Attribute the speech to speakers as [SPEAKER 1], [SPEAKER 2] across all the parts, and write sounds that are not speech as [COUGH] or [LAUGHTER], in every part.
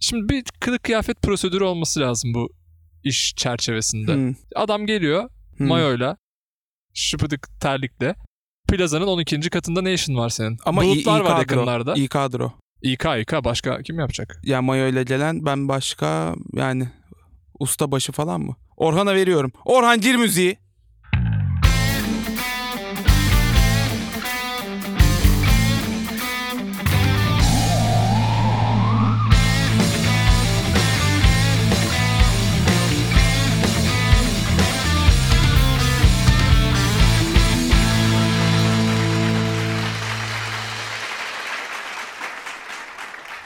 [SPEAKER 1] Şimdi bir kılık kıyafet prosedürü olması lazım bu iş çerçevesinde.
[SPEAKER 2] Hmm,
[SPEAKER 1] Adam geliyor
[SPEAKER 2] hmm.
[SPEAKER 1] mayoyla, şıpıdık terlikle. Plazanın 12. katında ne işin var senin?
[SPEAKER 2] Ama iyi, iyi
[SPEAKER 1] Bulutlar var
[SPEAKER 2] kadro.
[SPEAKER 1] yakınlarda.
[SPEAKER 2] İyi kadro.
[SPEAKER 1] İK İK başka kim yapacak?
[SPEAKER 2] Ya mayo ile gelen ben başka yani ustabaşı falan mı? Orhan'a veriyorum. Orhan gir müziği.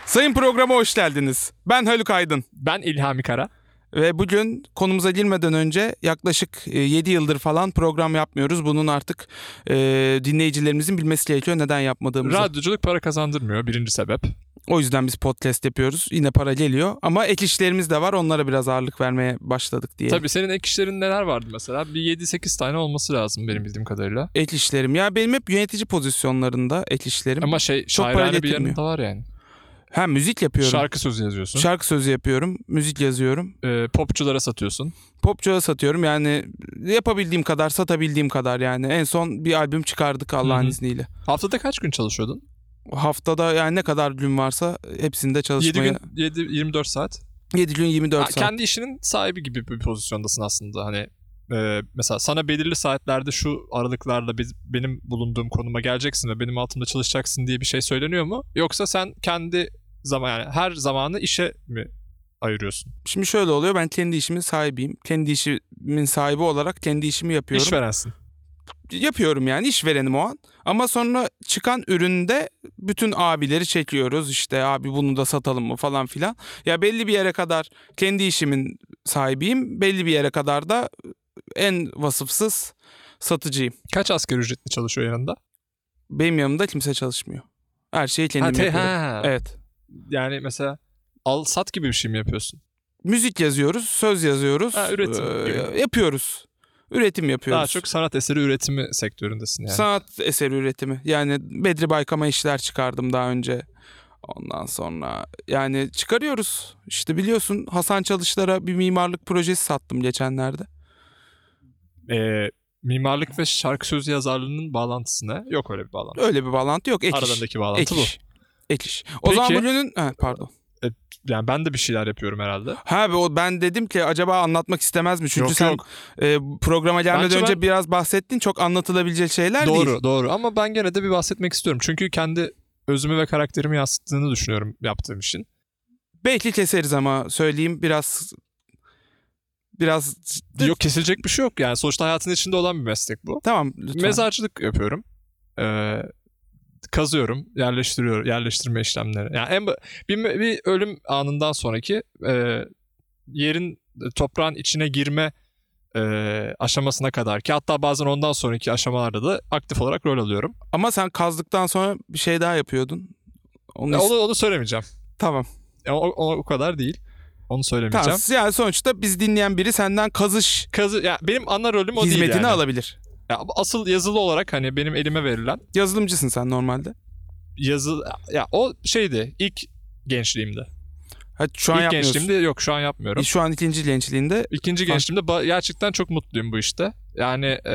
[SPEAKER 2] Sayın programa hoş geldiniz. Ben Haluk Aydın.
[SPEAKER 1] Ben İlhami Kara.
[SPEAKER 2] Ve bugün konumuza girmeden önce yaklaşık 7 yıldır falan program yapmıyoruz. Bunun artık e, dinleyicilerimizin bilmesi gerekiyor neden yapmadığımızı.
[SPEAKER 1] Radyoculuk para kazandırmıyor birinci sebep.
[SPEAKER 2] O yüzden biz podcast yapıyoruz. Yine para geliyor ama ek işlerimiz de var. Onlara biraz ağırlık vermeye başladık diye.
[SPEAKER 1] Tabii senin ek işlerin neler vardı mesela? Bir 7-8 tane olması lazım benim bildiğim kadarıyla.
[SPEAKER 2] Ek işlerim. Ya benim hep yönetici pozisyonlarında ek işlerim.
[SPEAKER 1] Ama şey
[SPEAKER 2] Çok para
[SPEAKER 1] şairane bir
[SPEAKER 2] getirmiyor.
[SPEAKER 1] yanında var yani.
[SPEAKER 2] Ha müzik yapıyorum.
[SPEAKER 1] Şarkı sözü yazıyorsun.
[SPEAKER 2] Şarkı sözü yapıyorum. Müzik yazıyorum.
[SPEAKER 1] e, popçulara satıyorsun.
[SPEAKER 2] Popçuya satıyorum. Yani yapabildiğim kadar, satabildiğim kadar yani. En son bir albüm çıkardık Allah'ın
[SPEAKER 1] Hı hı.
[SPEAKER 2] izniyle.
[SPEAKER 1] Haftada kaç gün çalışıyordun?
[SPEAKER 2] Haftada yani ne kadar gün varsa hepsinde
[SPEAKER 1] 7
[SPEAKER 2] çalışmaya.
[SPEAKER 1] gün 7 24 saat.
[SPEAKER 2] 7 gün 24
[SPEAKER 1] Ha,
[SPEAKER 2] saat.
[SPEAKER 1] kendi işinin sahibi gibi bir pozisyondasın aslında. Hani e, mesela sana belirli saatlerde şu aralıklarla biz, benim bulunduğum konuma geleceksin ve benim altımda çalışacaksın diye bir şey söyleniyor mu? Yoksa sen kendi zaman yani her zamanı işe mi ayırıyorsun?
[SPEAKER 2] Şimdi şöyle oluyor. Ben kendi işimin sahibiyim. Kendi işimin sahibi olarak kendi işimi yapıyorum.
[SPEAKER 1] İşverensin.
[SPEAKER 2] yapıyorum yani işverenim o an. Ama sonra çıkan üründe bütün abileri çekiyoruz. İşte abi bunu da satalım mı falan filan. Ya belli bir yere kadar kendi işimin sahibiyim. Belli bir yere kadar da e, en vasıfsız satıcıyım.
[SPEAKER 1] Kaç asgari ücretli çalışıyor yanında?
[SPEAKER 2] Benim yanımda kimse çalışmıyor. Her şeyi kendim
[SPEAKER 1] Ha, te-
[SPEAKER 2] yapıyorum.
[SPEAKER 1] ha.
[SPEAKER 2] Evet.
[SPEAKER 1] Yani mesela al sat gibi bir şey mi yapıyorsun?
[SPEAKER 2] Müzik yazıyoruz, söz yazıyoruz. e,
[SPEAKER 1] Ha, üretim gibi.
[SPEAKER 2] yapıyoruz. Üretim yapıyoruz.
[SPEAKER 1] Daha çok sanat eseri üretimi sektöründesin yani.
[SPEAKER 2] Sanat eseri üretimi. Yani Bedri Baykam'a işler çıkardım daha önce. Ondan sonra yani çıkarıyoruz. İşte biliyorsun Hasan Çalışlar'a bir mimarlık projesi sattım geçenlerde.
[SPEAKER 1] e, mimarlık ve şarkı sözü yazarlığının bağlantısı ne? Yok öyle bir bağlantı.
[SPEAKER 2] Öyle bir bağlantı yok. Ek iş.
[SPEAKER 1] Aralarındaki bağlantı
[SPEAKER 2] Ek iş. Ek iş. O
[SPEAKER 1] Peki.
[SPEAKER 2] zaman bugünün... Ha, pardon.
[SPEAKER 1] bu. Yani ben de bir şeyler yapıyorum herhalde.
[SPEAKER 2] Ha be, o ben dedim ki acaba anlatmak istemez mi? Çünkü
[SPEAKER 1] Yok,
[SPEAKER 2] sen
[SPEAKER 1] yok.
[SPEAKER 2] e, programa gelmeden
[SPEAKER 1] Bence
[SPEAKER 2] önce
[SPEAKER 1] ben-
[SPEAKER 2] biraz bahsettin. Çok anlatılabilecek şeyler
[SPEAKER 1] doğru,
[SPEAKER 2] değil.
[SPEAKER 1] doğru. Ama ben gene de bir bahsetmek istiyorum. Çünkü kendi özümü ve karakterimi yansıttığını düşünüyorum yaptığım işin.
[SPEAKER 2] Belki keseriz ama söyleyeyim biraz... Biraz...
[SPEAKER 1] Yok kesilecek bir şey yok yani. Sonuçta hayatın içinde olan bir meslek bu.
[SPEAKER 2] Tamam lütfen.
[SPEAKER 1] Mezarcılık yapıyorum. Ee, kazıyorum, yerleştiriyorum, yerleştirme işlemleri. Yani en ba- bir, bir ölüm anından sonraki e, yerin e, toprağın içine girme e, aşamasına kadar ki hatta bazen ondan sonraki aşamalarda da aktif olarak rol alıyorum.
[SPEAKER 2] Ama sen kazdıktan sonra bir şey daha yapıyordun. Onu
[SPEAKER 1] Ya
[SPEAKER 2] is-
[SPEAKER 1] Onu, onu söylemeyeceğim.
[SPEAKER 2] tamam.
[SPEAKER 1] Ya O, o, o kadar değil. Onu söylemeyeceğim.
[SPEAKER 2] Tamam. Yani sonuçta biz dinleyen biri senden kazış
[SPEAKER 1] Kazı, ya benim ana rolüm o
[SPEAKER 2] hizmetini
[SPEAKER 1] değil yani.
[SPEAKER 2] alabilir.
[SPEAKER 1] Ya asıl yazılı olarak hani benim elime verilen
[SPEAKER 2] Yazılımcısın sen normalde.
[SPEAKER 1] yazı ya o şeydi ilk gençliğimde.
[SPEAKER 2] Ha, şu an
[SPEAKER 1] ilk
[SPEAKER 2] yapmıyorsun.
[SPEAKER 1] gençliğimde yok şu an yapmıyorum.
[SPEAKER 2] E, Şu an ikinci gençliğinde.
[SPEAKER 1] İkinci
[SPEAKER 2] Fark-
[SPEAKER 1] gençliğimde ba- gerçekten çok mutluyum bu işte. Yani e,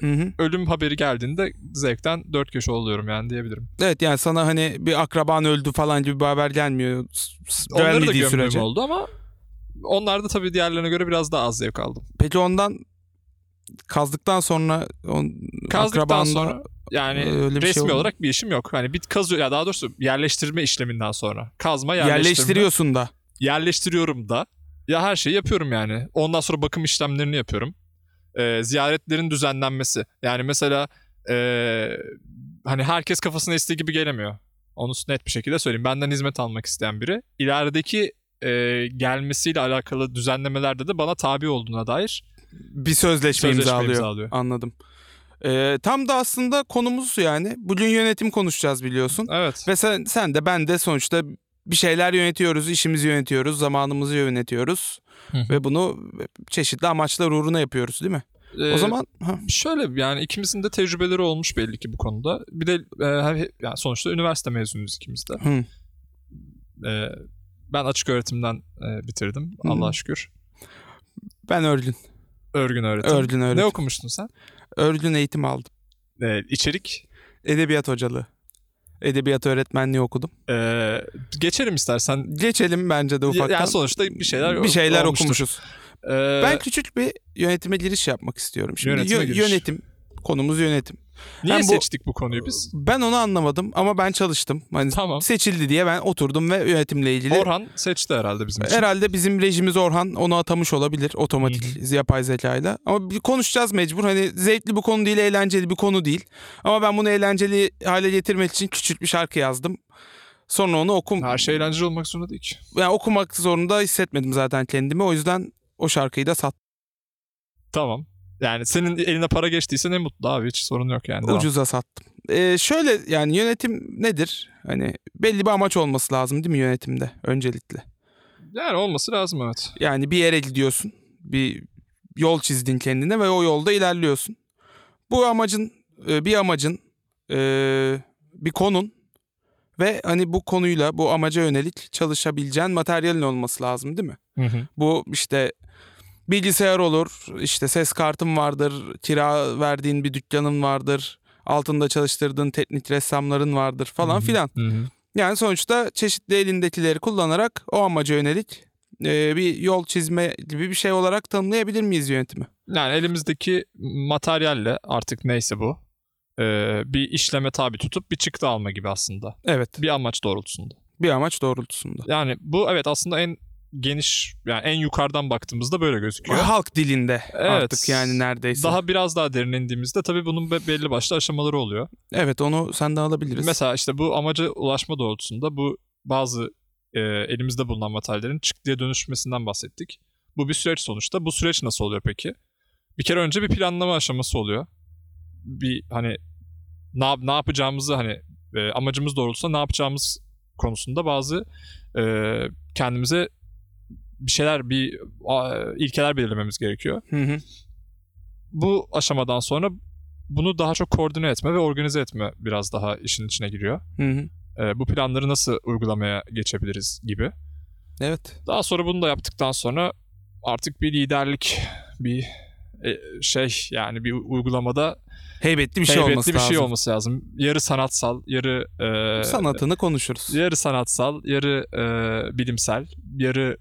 [SPEAKER 2] Hı hı.
[SPEAKER 1] ölüm haberi geldiğinde zevkten dört köşe oluyorum yani diyebilirim.
[SPEAKER 2] Evet yani sana hani bir akraban öldü falan gibi bir haber gelmiyor. S- s-
[SPEAKER 1] Onları da
[SPEAKER 2] gelmediği
[SPEAKER 1] gömdüğüm
[SPEAKER 2] sürece.
[SPEAKER 1] oldu ama onlar da tabii diğerlerine göre biraz daha az zevk aldım.
[SPEAKER 2] Peki ondan kazdıktan sonra on,
[SPEAKER 1] Kazdıktan
[SPEAKER 2] akrabanla-
[SPEAKER 1] sonra yani
[SPEAKER 2] Ee, öyle bir şey
[SPEAKER 1] resmi
[SPEAKER 2] olmadı.
[SPEAKER 1] olarak bir işim yok. Hani bit kazıyor ya daha doğrusu yerleştirme işleminden sonra. Kazma yerleştirme.
[SPEAKER 2] yerleştiriyorsun da.
[SPEAKER 1] Yerleştiriyorum da. Ya her şeyi yapıyorum yani. Ondan sonra bakım işlemlerini yapıyorum. Ee, ziyaretlerin düzenlenmesi. Yani mesela ee, hani herkes kafasına istediği gibi gelemiyor. Onu net bir şekilde söyleyeyim. Benden hizmet almak isteyen biri. ilerideki ee, gelmesiyle alakalı düzenlemelerde de bana tabi olduğuna dair
[SPEAKER 2] Bir sözleşme,
[SPEAKER 1] sözleşme
[SPEAKER 2] imzalıyor.
[SPEAKER 1] imzalıyor.
[SPEAKER 2] Anladım. Ee, tam da aslında konumuz yani. Bugün yönetim konuşacağız biliyorsun.
[SPEAKER 1] Evet.
[SPEAKER 2] Ve sen, sen de ben de sonuçta bir şeyler yönetiyoruz, işimizi yönetiyoruz, zamanımızı yönetiyoruz.
[SPEAKER 1] Hı hı.
[SPEAKER 2] Ve bunu çeşitli amaçlar uğruna yapıyoruz değil mi?
[SPEAKER 1] Ee,
[SPEAKER 2] o zaman ha,
[SPEAKER 1] Şöyle yani ikimizin de tecrübeleri olmuş belli ki bu konuda. Bir de e, hani- yani sonuçta üniversite mezunuyuz ikimiz de.
[SPEAKER 2] Hı.
[SPEAKER 1] E, Ben açık öğretimden e, bitirdim.
[SPEAKER 2] Hı.
[SPEAKER 1] Allah'a şükür.
[SPEAKER 2] Ben Örgün.
[SPEAKER 1] Örgün öğretim.
[SPEAKER 2] Örgün
[SPEAKER 1] e, Ne
[SPEAKER 2] öğretim.
[SPEAKER 1] okumuştun sen?
[SPEAKER 2] Örgün eğitim aldım.
[SPEAKER 1] E, içerik.
[SPEAKER 2] Edebiyat hocalığı. Edebiyat öğretmenliği okudum.
[SPEAKER 1] E, geçelim istersen.
[SPEAKER 2] Geçelim bence de ufaktan.
[SPEAKER 1] Yani sonuçta bir şeyler
[SPEAKER 2] bir şeyler
[SPEAKER 1] olmuştur.
[SPEAKER 2] okumuşuz.
[SPEAKER 1] E,
[SPEAKER 2] Ben küçük bir yönetime giriş yapmak istiyorum. Şimdi
[SPEAKER 1] Yönetime
[SPEAKER 2] Yö-
[SPEAKER 1] giriş.
[SPEAKER 2] yönetim konumuz yönetim.
[SPEAKER 1] niye
[SPEAKER 2] ben bu-
[SPEAKER 1] seçtik bu konuyu biz?
[SPEAKER 2] Ben onu anlamadım ama ben çalıştım. Hani
[SPEAKER 1] Tamam.
[SPEAKER 2] seçildi diye ben oturdum ve yönetimle ilgili
[SPEAKER 1] Orhan seçti herhalde bizim için.
[SPEAKER 2] Herhalde bizim rejimiz Orhan onu atamış olabilir otomatik yapay zekayla. Ama bir konuşacağız mecbur. Hani zevkli bir konu değil, eğlenceli bir konu değil. Ama ben bunu eğlenceli hale getirmek için küçük bir şarkı yazdım. Sonra onu okum
[SPEAKER 1] Her şey eğlenceli olmak zorunda değil ki.
[SPEAKER 2] yani okumak zorunda hissetmedim zaten kendimi. O yüzden o şarkıyı da sattım.
[SPEAKER 1] Tamam. Yani senin eline para geçtiyse ne mutlu abi hiç sorun yok yani. Devam.
[SPEAKER 2] Ucuza sattım. Ee, şöyle yani yönetim nedir? Hani belli bir amaç olması lazım değil mi yönetimde öncelikle?
[SPEAKER 1] Yani olması lazım evet.
[SPEAKER 2] Yani bir yere gidiyorsun. Bir yol çizdin kendine ve o yolda ilerliyorsun. Bu amacın e, bir amacın e, bir konun ve hani bu konuyla bu amaca yönelik çalışabileceğin materyalin olması lazım değil mi? Bu işte bilgisayar olur, işte ses kartın vardır, kira verdiğin bir dükkanın vardır, altında çalıştırdığın teknik ressamların vardır falan
[SPEAKER 1] Hı hı.
[SPEAKER 2] filan. Yani sonuçta çeşitli elindekileri kullanarak o amaca yönelik e, bir yol çizme gibi bir şey olarak tanımlayabilir miyiz yönetimi?
[SPEAKER 1] Yani elimizdeki materyalle artık neyse bu e, bir işleme tabi tutup bir çıktı alma gibi aslında.
[SPEAKER 2] Evet.
[SPEAKER 1] Bir amaç doğrultusunda.
[SPEAKER 2] Bir amaç doğrultusunda.
[SPEAKER 1] Yani bu evet aslında en geniş yani en yukarıdan baktığımızda böyle gözüküyor.
[SPEAKER 2] Halk dilinde
[SPEAKER 1] Evet.
[SPEAKER 2] artık yani neredeyse.
[SPEAKER 1] Daha biraz daha derin indiğimizde tabii bunun be- belli başlı aşamaları oluyor.
[SPEAKER 2] Evet onu senden alabiliriz.
[SPEAKER 1] Mesela işte bu amaca ulaşma doğrultusunda bu bazı e, elimizde bulunan materyallerin çıktıya dönüşmesinden bahsettik. Bu bir süreç sonuçta. Bu süreç nasıl oluyor peki? Bir kere önce bir planlama aşaması oluyor. Bir hani ne, yap- ne yapacağımızı hani e, amacımız doğrultusunda ne yapacağımız konusunda bazı e, kendimize bir şeyler bir a- ilkeler belirlememiz gerekiyor
[SPEAKER 2] Hı hı.
[SPEAKER 1] bu aşamadan sonra bunu daha çok koordine etme ve organize etme biraz daha işin içine giriyor.
[SPEAKER 2] Hı hı.
[SPEAKER 1] Ee, bu planları nasıl uygulamaya geçebiliriz gibi.
[SPEAKER 2] Evet.
[SPEAKER 1] Daha sonra bunu da yaptıktan sonra artık bir liderlik, bir e, şey yani bir uygulamada
[SPEAKER 2] Heybetli bir şey
[SPEAKER 1] heybetli
[SPEAKER 2] olması
[SPEAKER 1] bir şey
[SPEAKER 2] lazım.
[SPEAKER 1] olması lazım. Yarı sanatsal, yarı e,
[SPEAKER 2] Sanatını konuşuruz.
[SPEAKER 1] yarı sanatsal, yarı e, bilimsel, yarı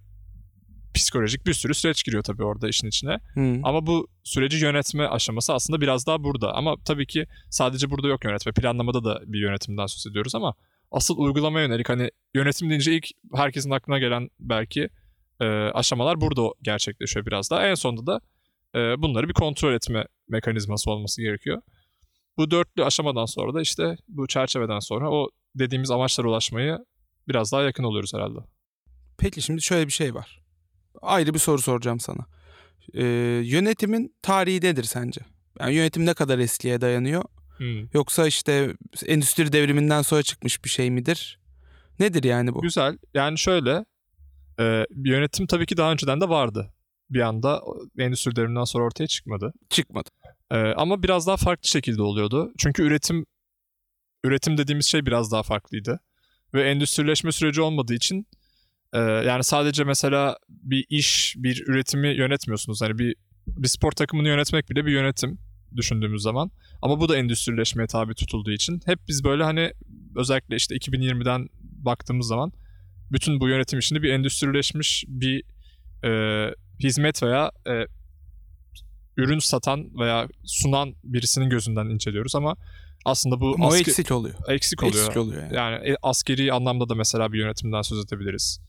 [SPEAKER 1] psikolojik bir sürü süreç giriyor tabii orada işin içine.
[SPEAKER 2] Hı.
[SPEAKER 1] Ama bu süreci yönetme aşaması aslında biraz daha burada. Ama tabii ki sadece burada yok yönetme. Planlamada da bir yönetimden söz ediyoruz ama asıl uygulamaya yönelik hani yönetim deyince ilk herkesin aklına gelen belki e, aşamalar burada gerçekleşiyor biraz daha. En sonunda da e, bunları bir kontrol etme mekanizması olması gerekiyor. Bu dörtlü aşamadan sonra da işte bu çerçeveden sonra o dediğimiz amaçlara ulaşmayı biraz daha yakın oluyoruz herhalde.
[SPEAKER 2] Peki şimdi şöyle bir şey var. Ayrı bir soru soracağım sana. Ee, yönetimin tarihi nedir sence? Yani yönetim ne kadar eskiye dayanıyor? Yoksa işte endüstri devriminden sonra çıkmış bir şey midir? Nedir yani bu?
[SPEAKER 1] Güzel. Yani şöyle e, bir yönetim tabii ki daha önceden de vardı. Bir anda endüstri devriminden sonra ortaya çıkmadı.
[SPEAKER 2] Çıkmadı.
[SPEAKER 1] E, ama biraz daha farklı şekilde oluyordu. Çünkü üretim üretim dediğimiz şey biraz daha farklıydı. Ve endüstrileşme süreci olmadığı için e, yani sadece mesela bir iş, bir üretimi yönetmiyorsunuz. Hani bir bir spor takımını yönetmek bile bir yönetim düşündüğümüz zaman. Ama bu da endüstrileşmeye tabi tutulduğu için hep biz böyle hani özellikle işte 2020'den baktığımız zaman bütün bu yönetim işini bir endüstrileşmiş bir e, hizmet veya e, ürün satan veya sunan birisinin gözünden inceliyoruz ama aslında bu
[SPEAKER 2] Ama o
[SPEAKER 1] aske- eksik,
[SPEAKER 2] eksik oluyor.
[SPEAKER 1] oluyor.
[SPEAKER 2] Eksik oluyor yani.
[SPEAKER 1] Yani e, askeri anlamda da mesela bir yönetimden söz edebiliriz.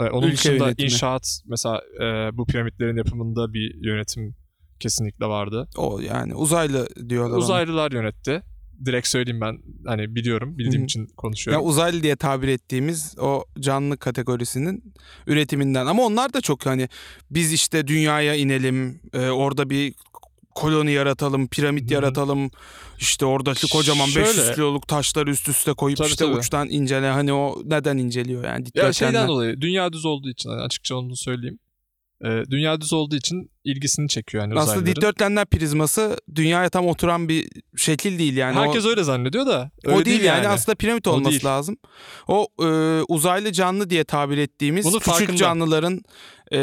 [SPEAKER 1] Ee, onun
[SPEAKER 2] Ülke
[SPEAKER 1] dışında
[SPEAKER 2] yönetimi.
[SPEAKER 1] inşaat mesela e, bu piramitlerin yapımında bir yönetim kesinlikle vardı.
[SPEAKER 2] O yani uzaylı diyorlar ona.
[SPEAKER 1] Uzaylılar yönetti. Direkt söyleyeyim ben hani biliyorum bildiğim
[SPEAKER 2] Hı hı.
[SPEAKER 1] için
[SPEAKER 2] Ya
[SPEAKER 1] konuşuyorum.
[SPEAKER 2] uzaylı diye tabir ettiğimiz o canlı kategorisinin üretiminden. Ama onlar da çok hani biz işte dünyaya inelim, e, orada bir koloni yaratalım, piramit
[SPEAKER 1] Hı.
[SPEAKER 2] yaratalım. İşte oradaki kocaman
[SPEAKER 1] Şöyle-
[SPEAKER 2] 500 kiloluk taşları üst üste koyup
[SPEAKER 1] Tabii,
[SPEAKER 2] işte
[SPEAKER 1] tabii.
[SPEAKER 2] uçtan incele. Hani o neden inceliyor yani
[SPEAKER 1] Ya,
[SPEAKER 2] dikdörtgenler.
[SPEAKER 1] şeyden dolayı dünya düz olduğu için hani açıkça onu söyleyeyim. e, dünya düz olduğu için ilgisini çekiyor yani
[SPEAKER 2] Aslında
[SPEAKER 1] uzaylıların.
[SPEAKER 2] dikdörtgenler prizması dünyaya tam oturan bir şekil değil yani. O-
[SPEAKER 1] Herkes öyle zannediyor da
[SPEAKER 2] o,
[SPEAKER 1] öyle
[SPEAKER 2] değil yani. aslında piramit
[SPEAKER 1] O
[SPEAKER 2] olması
[SPEAKER 1] değil.
[SPEAKER 2] lazım. O e, uzaylı canlı diye tabir ettiğimiz
[SPEAKER 1] Bunun
[SPEAKER 2] küçük
[SPEAKER 1] farkında.
[SPEAKER 2] canlıların e,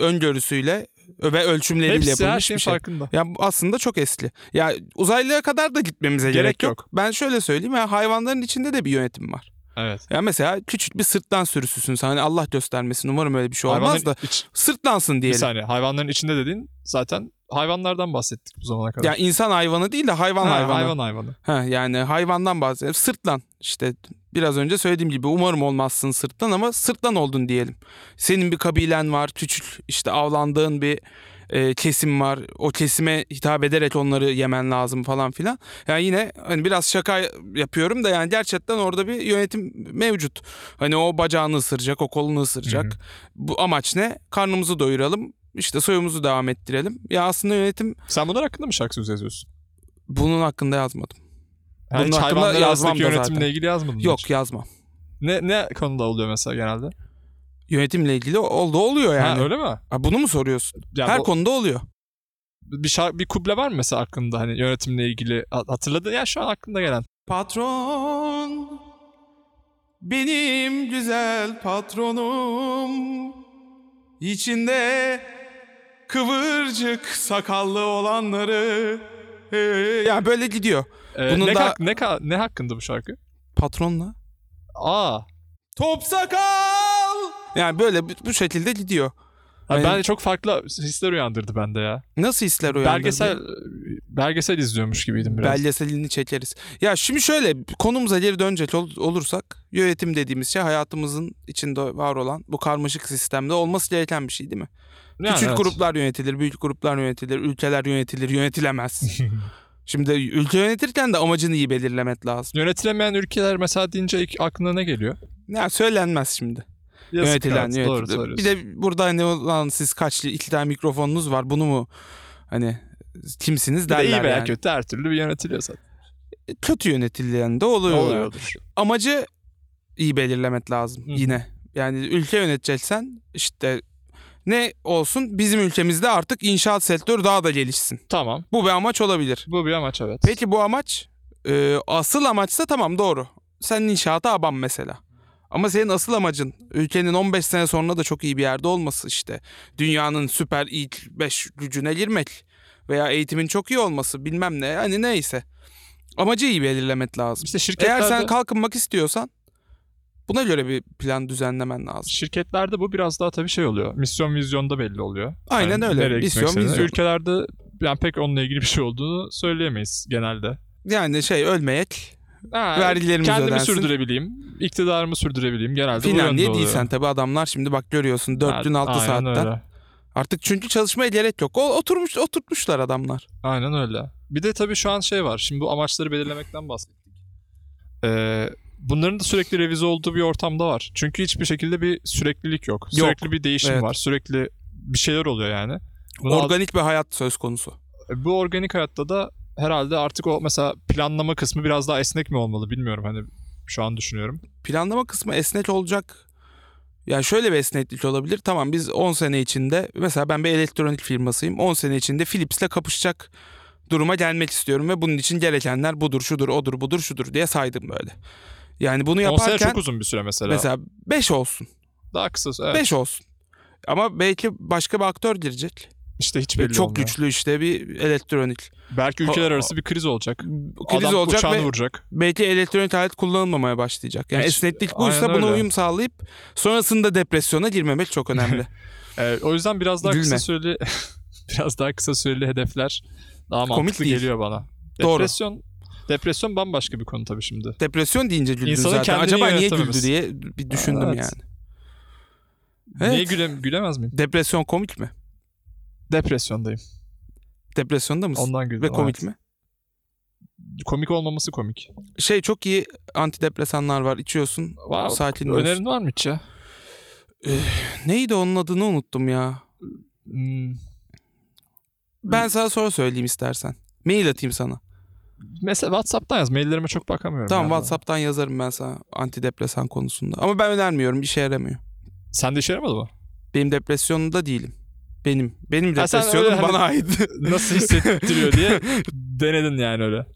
[SPEAKER 2] öngörüsüyle ve ölçümleriyle
[SPEAKER 1] Hepsi her
[SPEAKER 2] yapılmış
[SPEAKER 1] şeyin
[SPEAKER 2] bir şey.
[SPEAKER 1] farkında.
[SPEAKER 2] Ya bu aslında çok eski. Ya uzaylıya kadar da gitmemize gerek,
[SPEAKER 1] Gerek
[SPEAKER 2] yok.
[SPEAKER 1] yok.
[SPEAKER 2] Ben şöyle söyleyeyim ya hayvanların içinde de bir yönetim var.
[SPEAKER 1] Evet.
[SPEAKER 2] Ya mesela küçük bir sırtlan sürüsüsün sen. Hani Allah göstermesin umarım öyle bir şey olmaz
[SPEAKER 1] Hayvanların
[SPEAKER 2] da
[SPEAKER 1] iç-
[SPEAKER 2] sırtlansın
[SPEAKER 1] bir
[SPEAKER 2] diyelim.
[SPEAKER 1] saniye. Hayvanların içinde dediğin zaten hayvanlardan bahsettik bu zamana kadar.
[SPEAKER 2] Ya insan hayvanı değil de hayvan
[SPEAKER 1] Ha,
[SPEAKER 2] hayvanı.
[SPEAKER 1] hayvan hayvanı.
[SPEAKER 2] Ha, yani hayvandan bahsediyorum. Sırtlan işte biraz önce söylediğim gibi umarım olmazsın sırtlan ama sırtlan oldun diyelim. Senin bir kabilen var küçük işte avlandığın bir e, kesim var. O kesime hitap ederek onları yemen lazım falan filan. Yani yine hani biraz şaka yapıyorum da yani gerçekten orada bir yönetim mevcut. Hani o bacağını ısıracak, o kolunu ısıracak.
[SPEAKER 1] Hı
[SPEAKER 2] Bu amaç ne? Karnımızı doyuralım. işte soyumuzu devam ettirelim. Ya aslında yönetim
[SPEAKER 1] Sen bunlar hakkında mı şarkı sözü yazıyorsun?
[SPEAKER 2] bunun hakkında yazmadım.
[SPEAKER 1] Yani
[SPEAKER 2] Bunun
[SPEAKER 1] hiç
[SPEAKER 2] hakkında
[SPEAKER 1] hayvanlar
[SPEAKER 2] yazmam
[SPEAKER 1] arasındaki
[SPEAKER 2] da
[SPEAKER 1] yönetimle
[SPEAKER 2] zaten.
[SPEAKER 1] ilgili yazmadın mı
[SPEAKER 2] Yok
[SPEAKER 1] hiç?
[SPEAKER 2] yazmam.
[SPEAKER 1] Ne, ne konuda oluyor mesela genelde?
[SPEAKER 2] yönetimle ilgili oldu oluyor yani.
[SPEAKER 1] Ha, öyle mi?
[SPEAKER 2] Ha, bunu mu soruyorsun?
[SPEAKER 1] Yani
[SPEAKER 2] Her
[SPEAKER 1] o-
[SPEAKER 2] konuda oluyor.
[SPEAKER 1] bir, şar- bir kuble var mı mesela aklında hani yönetimle ilgili Ha- hatırladın ya şu an aklında gelen.
[SPEAKER 2] Patron benim güzel patronum içinde kıvırcık sakallı olanları Ee, ya böyle gidiyor.
[SPEAKER 1] Ee,
[SPEAKER 2] Bunun
[SPEAKER 1] ne,
[SPEAKER 2] da-
[SPEAKER 1] hak- ne, ka- ne hakkında bu şarkı?
[SPEAKER 2] Patronla
[SPEAKER 1] Aa.
[SPEAKER 2] top sakal yani böyle bu bu şekilde gidiyor.
[SPEAKER 1] Ha, ben
[SPEAKER 2] Yani
[SPEAKER 1] de çok farklı hisler uyandırdı bende ya.
[SPEAKER 2] nasıl hisler uyandırdı?
[SPEAKER 1] Belgesel belgesel izliyormuş gibiydim biraz.
[SPEAKER 2] Belgeselini çekeriz. Ya şimdi şöyle konumuza geri dönecek ol- olursak yönetim dediğimiz şey hayatımızın içinde var olan bu karmaşık sistemde olması gereken bir şey değil mi?
[SPEAKER 1] Yani
[SPEAKER 2] Küçük
[SPEAKER 1] evet.
[SPEAKER 2] gruplar yönetilir, büyük gruplar yönetilir, ülkeler
[SPEAKER 1] [LAUGHS]
[SPEAKER 2] yönetilir, yönetilemez. şimdi ülke yönetirken de amacını iyi belirlemek lazım.
[SPEAKER 1] Yönetilemeyen ülkeler mesela deyince ilk aklına ne geliyor?
[SPEAKER 2] Ya söylenmez şimdi.
[SPEAKER 1] Yazık
[SPEAKER 2] Yönetilen,
[SPEAKER 1] evet,
[SPEAKER 2] yönet-
[SPEAKER 1] Doğru söylüyorsun.
[SPEAKER 2] Bir de burada hani olan siz kaçlı iki tane mikrofonunuz var bunu mu hani kimsiniz
[SPEAKER 1] Bir de
[SPEAKER 2] derler
[SPEAKER 1] iyi veya
[SPEAKER 2] yani.
[SPEAKER 1] kötü her türlü bir yönetiliyor zaten.
[SPEAKER 2] Kötü yönetilen de oluyor.
[SPEAKER 1] Oluyordur.
[SPEAKER 2] amacı iyi belirlemek lazım
[SPEAKER 1] Hı.
[SPEAKER 2] yine. Yani ülke yöneteceksen işte ne olsun bizim ülkemizde artık inşaat sektörü daha da gelişsin.
[SPEAKER 1] Tamam.
[SPEAKER 2] Bu bir amaç olabilir.
[SPEAKER 1] Bu bir amaç evet.
[SPEAKER 2] Peki bu amaç e, asıl amaçsa tamam doğru. Sen inşaata aban mesela. Ama senin asıl amacın ülkenin 15 sene sonra da çok iyi bir yerde olması işte. Dünyanın süper ilk 5 gücüne girmek veya eğitimin çok iyi olması bilmem ne hani neyse. Amacı iyi belirlemek lazım.
[SPEAKER 1] İşte şirketlerde,
[SPEAKER 2] Eğer sen kalkınmak istiyorsan buna göre bir plan düzenlemen lazım.
[SPEAKER 1] şirketlerde bu biraz daha tabii şey oluyor. Misyon vizyonda belli oluyor.
[SPEAKER 2] Aynen öyle.
[SPEAKER 1] nereye gitmek
[SPEAKER 2] Misyon,
[SPEAKER 1] istediğini.
[SPEAKER 2] vizyon.
[SPEAKER 1] Ülkelerde yani pek onunla ilgili bir şey olduğunu söyleyemeyiz genelde.
[SPEAKER 2] Yani şey ölmeyek,
[SPEAKER 1] Ha,
[SPEAKER 2] vergilerimiz
[SPEAKER 1] kendimi
[SPEAKER 2] ödensin.
[SPEAKER 1] sürdürebileyim, iktidarımı sürdürebileyim genelde bu
[SPEAKER 2] Filan
[SPEAKER 1] yönde
[SPEAKER 2] diye
[SPEAKER 1] oluyor.
[SPEAKER 2] değilsen tabii adamlar şimdi bak görüyorsun
[SPEAKER 1] Ha,
[SPEAKER 2] 4 gün 6
[SPEAKER 1] aynen
[SPEAKER 2] saatten.
[SPEAKER 1] Öyle.
[SPEAKER 2] Artık çünkü çalışmaya gerek yok. O, oturmuş oturtmuşlar adamlar.
[SPEAKER 1] Aynen öyle. Bir de tabii şu an şey var. Şimdi bu amaçları belirlemekten bahsettik. Ee, bunların da sürekli revize olduğu bir ortamda var. Çünkü hiçbir şekilde bir süreklilik yok.
[SPEAKER 2] Yok.
[SPEAKER 1] Sürekli bir değişim
[SPEAKER 2] Evet.
[SPEAKER 1] var. Sürekli bir şeyler oluyor yani. Bunu al-
[SPEAKER 2] Organik bir hayat söz konusu.
[SPEAKER 1] bu organik hayatta da herhalde artık o mesela planlama kısmı biraz daha esnek mi olmalı bilmiyorum hani şu an düşünüyorum.
[SPEAKER 2] Planlama kısmı esnek olacak. Ya şöyle bir esneklik olabilir. Tamam biz 10 sene içinde mesela ben bir elektronik firmasıyım. 10 sene içinde Philips'le kapışacak duruma gelmek istiyorum ve bunun için gerekenler budur, şudur, odur, budur, şudur diye saydım böyle. Yani bunu
[SPEAKER 1] 10 sene
[SPEAKER 2] yaparken
[SPEAKER 1] çok uzun bir süre mesela.
[SPEAKER 2] mesela 5 olsun.
[SPEAKER 1] daha kısa. Evet.
[SPEAKER 2] 5 olsun. Ama belki başka bir aktör girecek.
[SPEAKER 1] İşte hiç
[SPEAKER 2] Ve
[SPEAKER 1] belli
[SPEAKER 2] çok
[SPEAKER 1] olmuyor.
[SPEAKER 2] güçlü işte bir elektronik.
[SPEAKER 1] Belki ülkeler
[SPEAKER 2] Ha-
[SPEAKER 1] arası bir kriz olacak.
[SPEAKER 2] Kriz
[SPEAKER 1] Adam
[SPEAKER 2] olacak
[SPEAKER 1] uçağını
[SPEAKER 2] ve
[SPEAKER 1] vuracak.
[SPEAKER 2] beleki elektronik alet kullanılmamaya başlayacak. Yani
[SPEAKER 1] Hiç-
[SPEAKER 2] esneklik
[SPEAKER 1] aynen
[SPEAKER 2] buysa buna
[SPEAKER 1] öyle.
[SPEAKER 2] uyum sağlayıp sonrasında depresyona girmemek çok önemli.
[SPEAKER 1] [LAUGHS] Ee, o yüzden biraz daha kısa
[SPEAKER 2] Gülme.
[SPEAKER 1] süreli [LAUGHS] biraz daha kısa süreli hedefler daha
[SPEAKER 2] Komik
[SPEAKER 1] mantıklı
[SPEAKER 2] değil.
[SPEAKER 1] geliyor bana.
[SPEAKER 2] Doğru.
[SPEAKER 1] Depresyon depresyon bambaşka bir konu tabii şimdi.
[SPEAKER 2] Depresyon deyince güldün
[SPEAKER 1] İnsanın
[SPEAKER 2] zaten.
[SPEAKER 1] kendini
[SPEAKER 2] Acaba niye
[SPEAKER 1] yönetememesi.
[SPEAKER 2] güldü diye bir düşündüm
[SPEAKER 1] Evet.
[SPEAKER 2] yani.
[SPEAKER 1] Niye
[SPEAKER 2] Evet.
[SPEAKER 1] güle- gülemez miyim?
[SPEAKER 2] Depresyon komik mi?
[SPEAKER 1] Depresyondayım.
[SPEAKER 2] Depresyonda mısın?
[SPEAKER 1] Ondan güldüm.
[SPEAKER 2] Ve komik
[SPEAKER 1] evet.
[SPEAKER 2] mi?
[SPEAKER 1] Komik olmaması komik.
[SPEAKER 2] Şey çok iyi antidepresanlar var. İçiyorsun.
[SPEAKER 1] Var,
[SPEAKER 2] sakinliyorsun.
[SPEAKER 1] önerin var mı hiç ya?
[SPEAKER 2] Neydi onun adını unuttum ya.
[SPEAKER 1] Hmm,
[SPEAKER 2] Ben sana sonra söyleyeyim istersen. Mail atayım sana.
[SPEAKER 1] Mesela WhatsApp'tan yaz. Maillerime çok bakamıyorum.
[SPEAKER 2] Tamam
[SPEAKER 1] ya.
[SPEAKER 2] WhatsApp'tan yazarım ben sana antidepresan konusunda. Ama ben önermiyorum. işe yaramıyor.
[SPEAKER 1] Sen de işe yaramadı mı?
[SPEAKER 2] Benim depresyonda değilim. Benim. Benim
[SPEAKER 1] Ha, sen
[SPEAKER 2] depresyonum
[SPEAKER 1] öyle hani-
[SPEAKER 2] bana ait.
[SPEAKER 1] [LAUGHS] Nasıl hissettiriyor
[SPEAKER 2] [LAUGHS]
[SPEAKER 1] diye denedin yani öyle.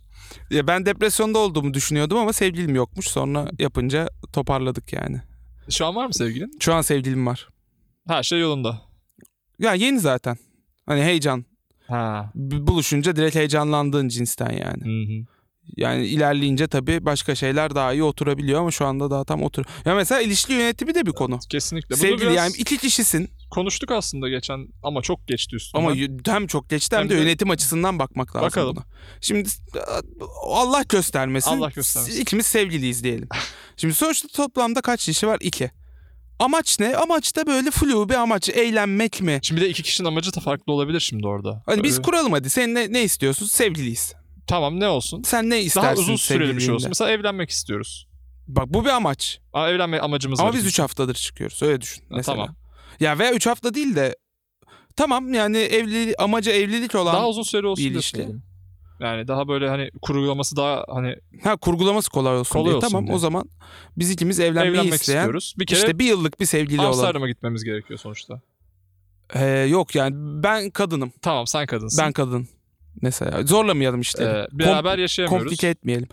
[SPEAKER 2] ya ben depresyonda olduğumu düşünüyordum ama sevgilim yokmuş. Sonra yapınca toparladık yani.
[SPEAKER 1] Şu an var mı sevgilin?
[SPEAKER 2] Şu an sevgilim var.
[SPEAKER 1] Her şey yolunda.
[SPEAKER 2] Ya yeni zaten. Hani heyecan.
[SPEAKER 1] Ha.
[SPEAKER 2] B- Buluşunca direkt heyecanlandığın cinsten yani.
[SPEAKER 1] Hı hı.
[SPEAKER 2] Yani ilerleyince tabii başka şeyler daha iyi oturabiliyor ama şu anda daha tam otur. Ya mesela ilişki yönetimi de bir konu.
[SPEAKER 1] Kesinlikle. Bunu
[SPEAKER 2] Sevgili
[SPEAKER 1] biraz
[SPEAKER 2] yani iki kişisin
[SPEAKER 1] konuştuk aslında geçen ama çok geçti üstüne.
[SPEAKER 2] ama y- hem çok geçti hem
[SPEAKER 1] Hem
[SPEAKER 2] de
[SPEAKER 1] de-
[SPEAKER 2] yönetim açısından bakmak lazım
[SPEAKER 1] Bakalım.
[SPEAKER 2] buna. Şimdi a- Allah göstermesin.
[SPEAKER 1] Allah göstermesin.
[SPEAKER 2] İkimiz
[SPEAKER 1] [LAUGHS]
[SPEAKER 2] sevgiliyiz diyelim. Şimdi sonuçta toplamda kaç kişi var? İki. Amaç ne? Amaç da böyle flu bir amaç. Eğlenmek mi?
[SPEAKER 1] Şimdi bir de iki kişinin amacı da farklı olabilir şimdi orada.
[SPEAKER 2] Hani biz
[SPEAKER 1] Öyle-
[SPEAKER 2] kuralım hadi. Sen ne, ne istiyorsun? Sevgiliyiz.
[SPEAKER 1] Tamam ne olsun?
[SPEAKER 2] Sen ne istersin
[SPEAKER 1] Daha uzun süreli bir şey olsun.
[SPEAKER 2] sevgililiğinde?
[SPEAKER 1] Mesela evlenmek istiyoruz.
[SPEAKER 2] Bak bu bir amaç.
[SPEAKER 1] Aa, evlenme amacımız
[SPEAKER 2] Ama
[SPEAKER 1] var.
[SPEAKER 2] biz 3 haftadır çıkıyoruz. Öyle düşün
[SPEAKER 1] Ha,
[SPEAKER 2] mesela.
[SPEAKER 1] tamam.
[SPEAKER 2] Ya veya 3 hafta değil de tamam yani evli amacı evlilik olan
[SPEAKER 1] Daha uzun süreli olsun.
[SPEAKER 2] bir
[SPEAKER 1] diyorsun
[SPEAKER 2] ilişki.
[SPEAKER 1] yani. Yani daha böyle hani kurgulaması daha hani
[SPEAKER 2] ha kurgulaması kolay olsun
[SPEAKER 1] Kolay
[SPEAKER 2] diye.
[SPEAKER 1] olsun
[SPEAKER 2] tamam
[SPEAKER 1] diye.
[SPEAKER 2] o zaman biz ikimiz evlenmeyi
[SPEAKER 1] evlenmek
[SPEAKER 2] isteyen
[SPEAKER 1] istiyoruz. Bir kere
[SPEAKER 2] işte bir yıllık bir sevgili olan.
[SPEAKER 1] Amsterdam'a gitmemiz gerekiyor sonuçta.
[SPEAKER 2] Ee, yok yani ben kadınım.
[SPEAKER 1] Tamam sen kadınsın.
[SPEAKER 2] Ben kadın. Mesela zorlamayalım işte.
[SPEAKER 1] Ee, beraber yaşayamıyoruz.
[SPEAKER 2] Komplike etmeyelim.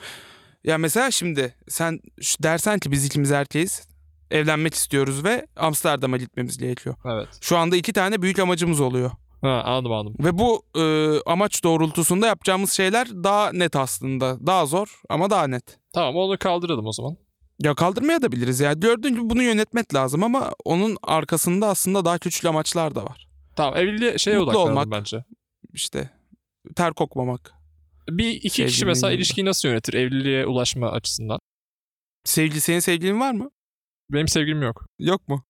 [SPEAKER 2] Ya mesela şimdi sen şu dersen ki biz ikimiz erkeğiz. Evlenmek istiyoruz ve Amsterdam'a gitmemiz gerekiyor.
[SPEAKER 1] Evet.
[SPEAKER 2] Şu anda iki tane büyük amacımız oluyor.
[SPEAKER 1] Ha, anladım anladım.
[SPEAKER 2] Ve bu e, amaç doğrultusunda yapacağımız şeyler daha net aslında. Daha zor ama daha net.
[SPEAKER 1] Tamam onu kaldıralım o zaman.
[SPEAKER 2] Ya kaldırmaya da biliriz ya. Gördüğün gibi bunu yönetmek lazım ama onun arkasında aslında daha küçük amaçlar da var.
[SPEAKER 1] Tamam evliliğe şeye
[SPEAKER 2] Mutlu
[SPEAKER 1] odaklanalım
[SPEAKER 2] olmak.
[SPEAKER 1] bence.
[SPEAKER 2] İşte ter kokmamak.
[SPEAKER 1] Bir iki kişi
[SPEAKER 2] Sevgilinin
[SPEAKER 1] mesela
[SPEAKER 2] yanında.
[SPEAKER 1] ilişkiyi nasıl yönetir evliliğe ulaşma açısından?
[SPEAKER 2] Sevgili senin sevgilin var mı?
[SPEAKER 1] Benim sevgilim yok.
[SPEAKER 2] Yok mu?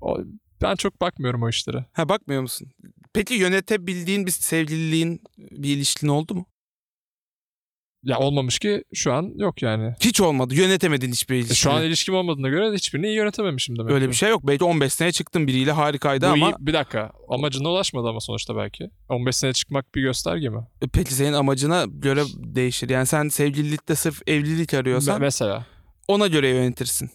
[SPEAKER 1] O- ben çok bakmıyorum o işlere.
[SPEAKER 2] Ha bakmıyor musun? Peki yönetebildiğin bir sevgililiğin bir ilişkin oldu mu?
[SPEAKER 1] Ya olmamış ki şu an yok yani.
[SPEAKER 2] Hiç olmadı. Yönetemedin hiçbir
[SPEAKER 1] E,
[SPEAKER 2] ilişkini.
[SPEAKER 1] şu an ilişkim olmadığına göre hiçbirini iyi yönetememişim demek.
[SPEAKER 2] öyle
[SPEAKER 1] ki.
[SPEAKER 2] bir şey yok. Belki 15 sene çıktın biriyle harikaydı
[SPEAKER 1] Bu
[SPEAKER 2] ama
[SPEAKER 1] iyi- bir dakika. Amacına ulaşmadı ama sonuçta belki. 15 sene çıkmak bir gösterge mi?
[SPEAKER 2] e, peki senin amacına göre değişir. Yani sen sevgililikte sırf evlilik arıyorsan
[SPEAKER 1] Me- mesela.
[SPEAKER 2] ona göre yönetirsin.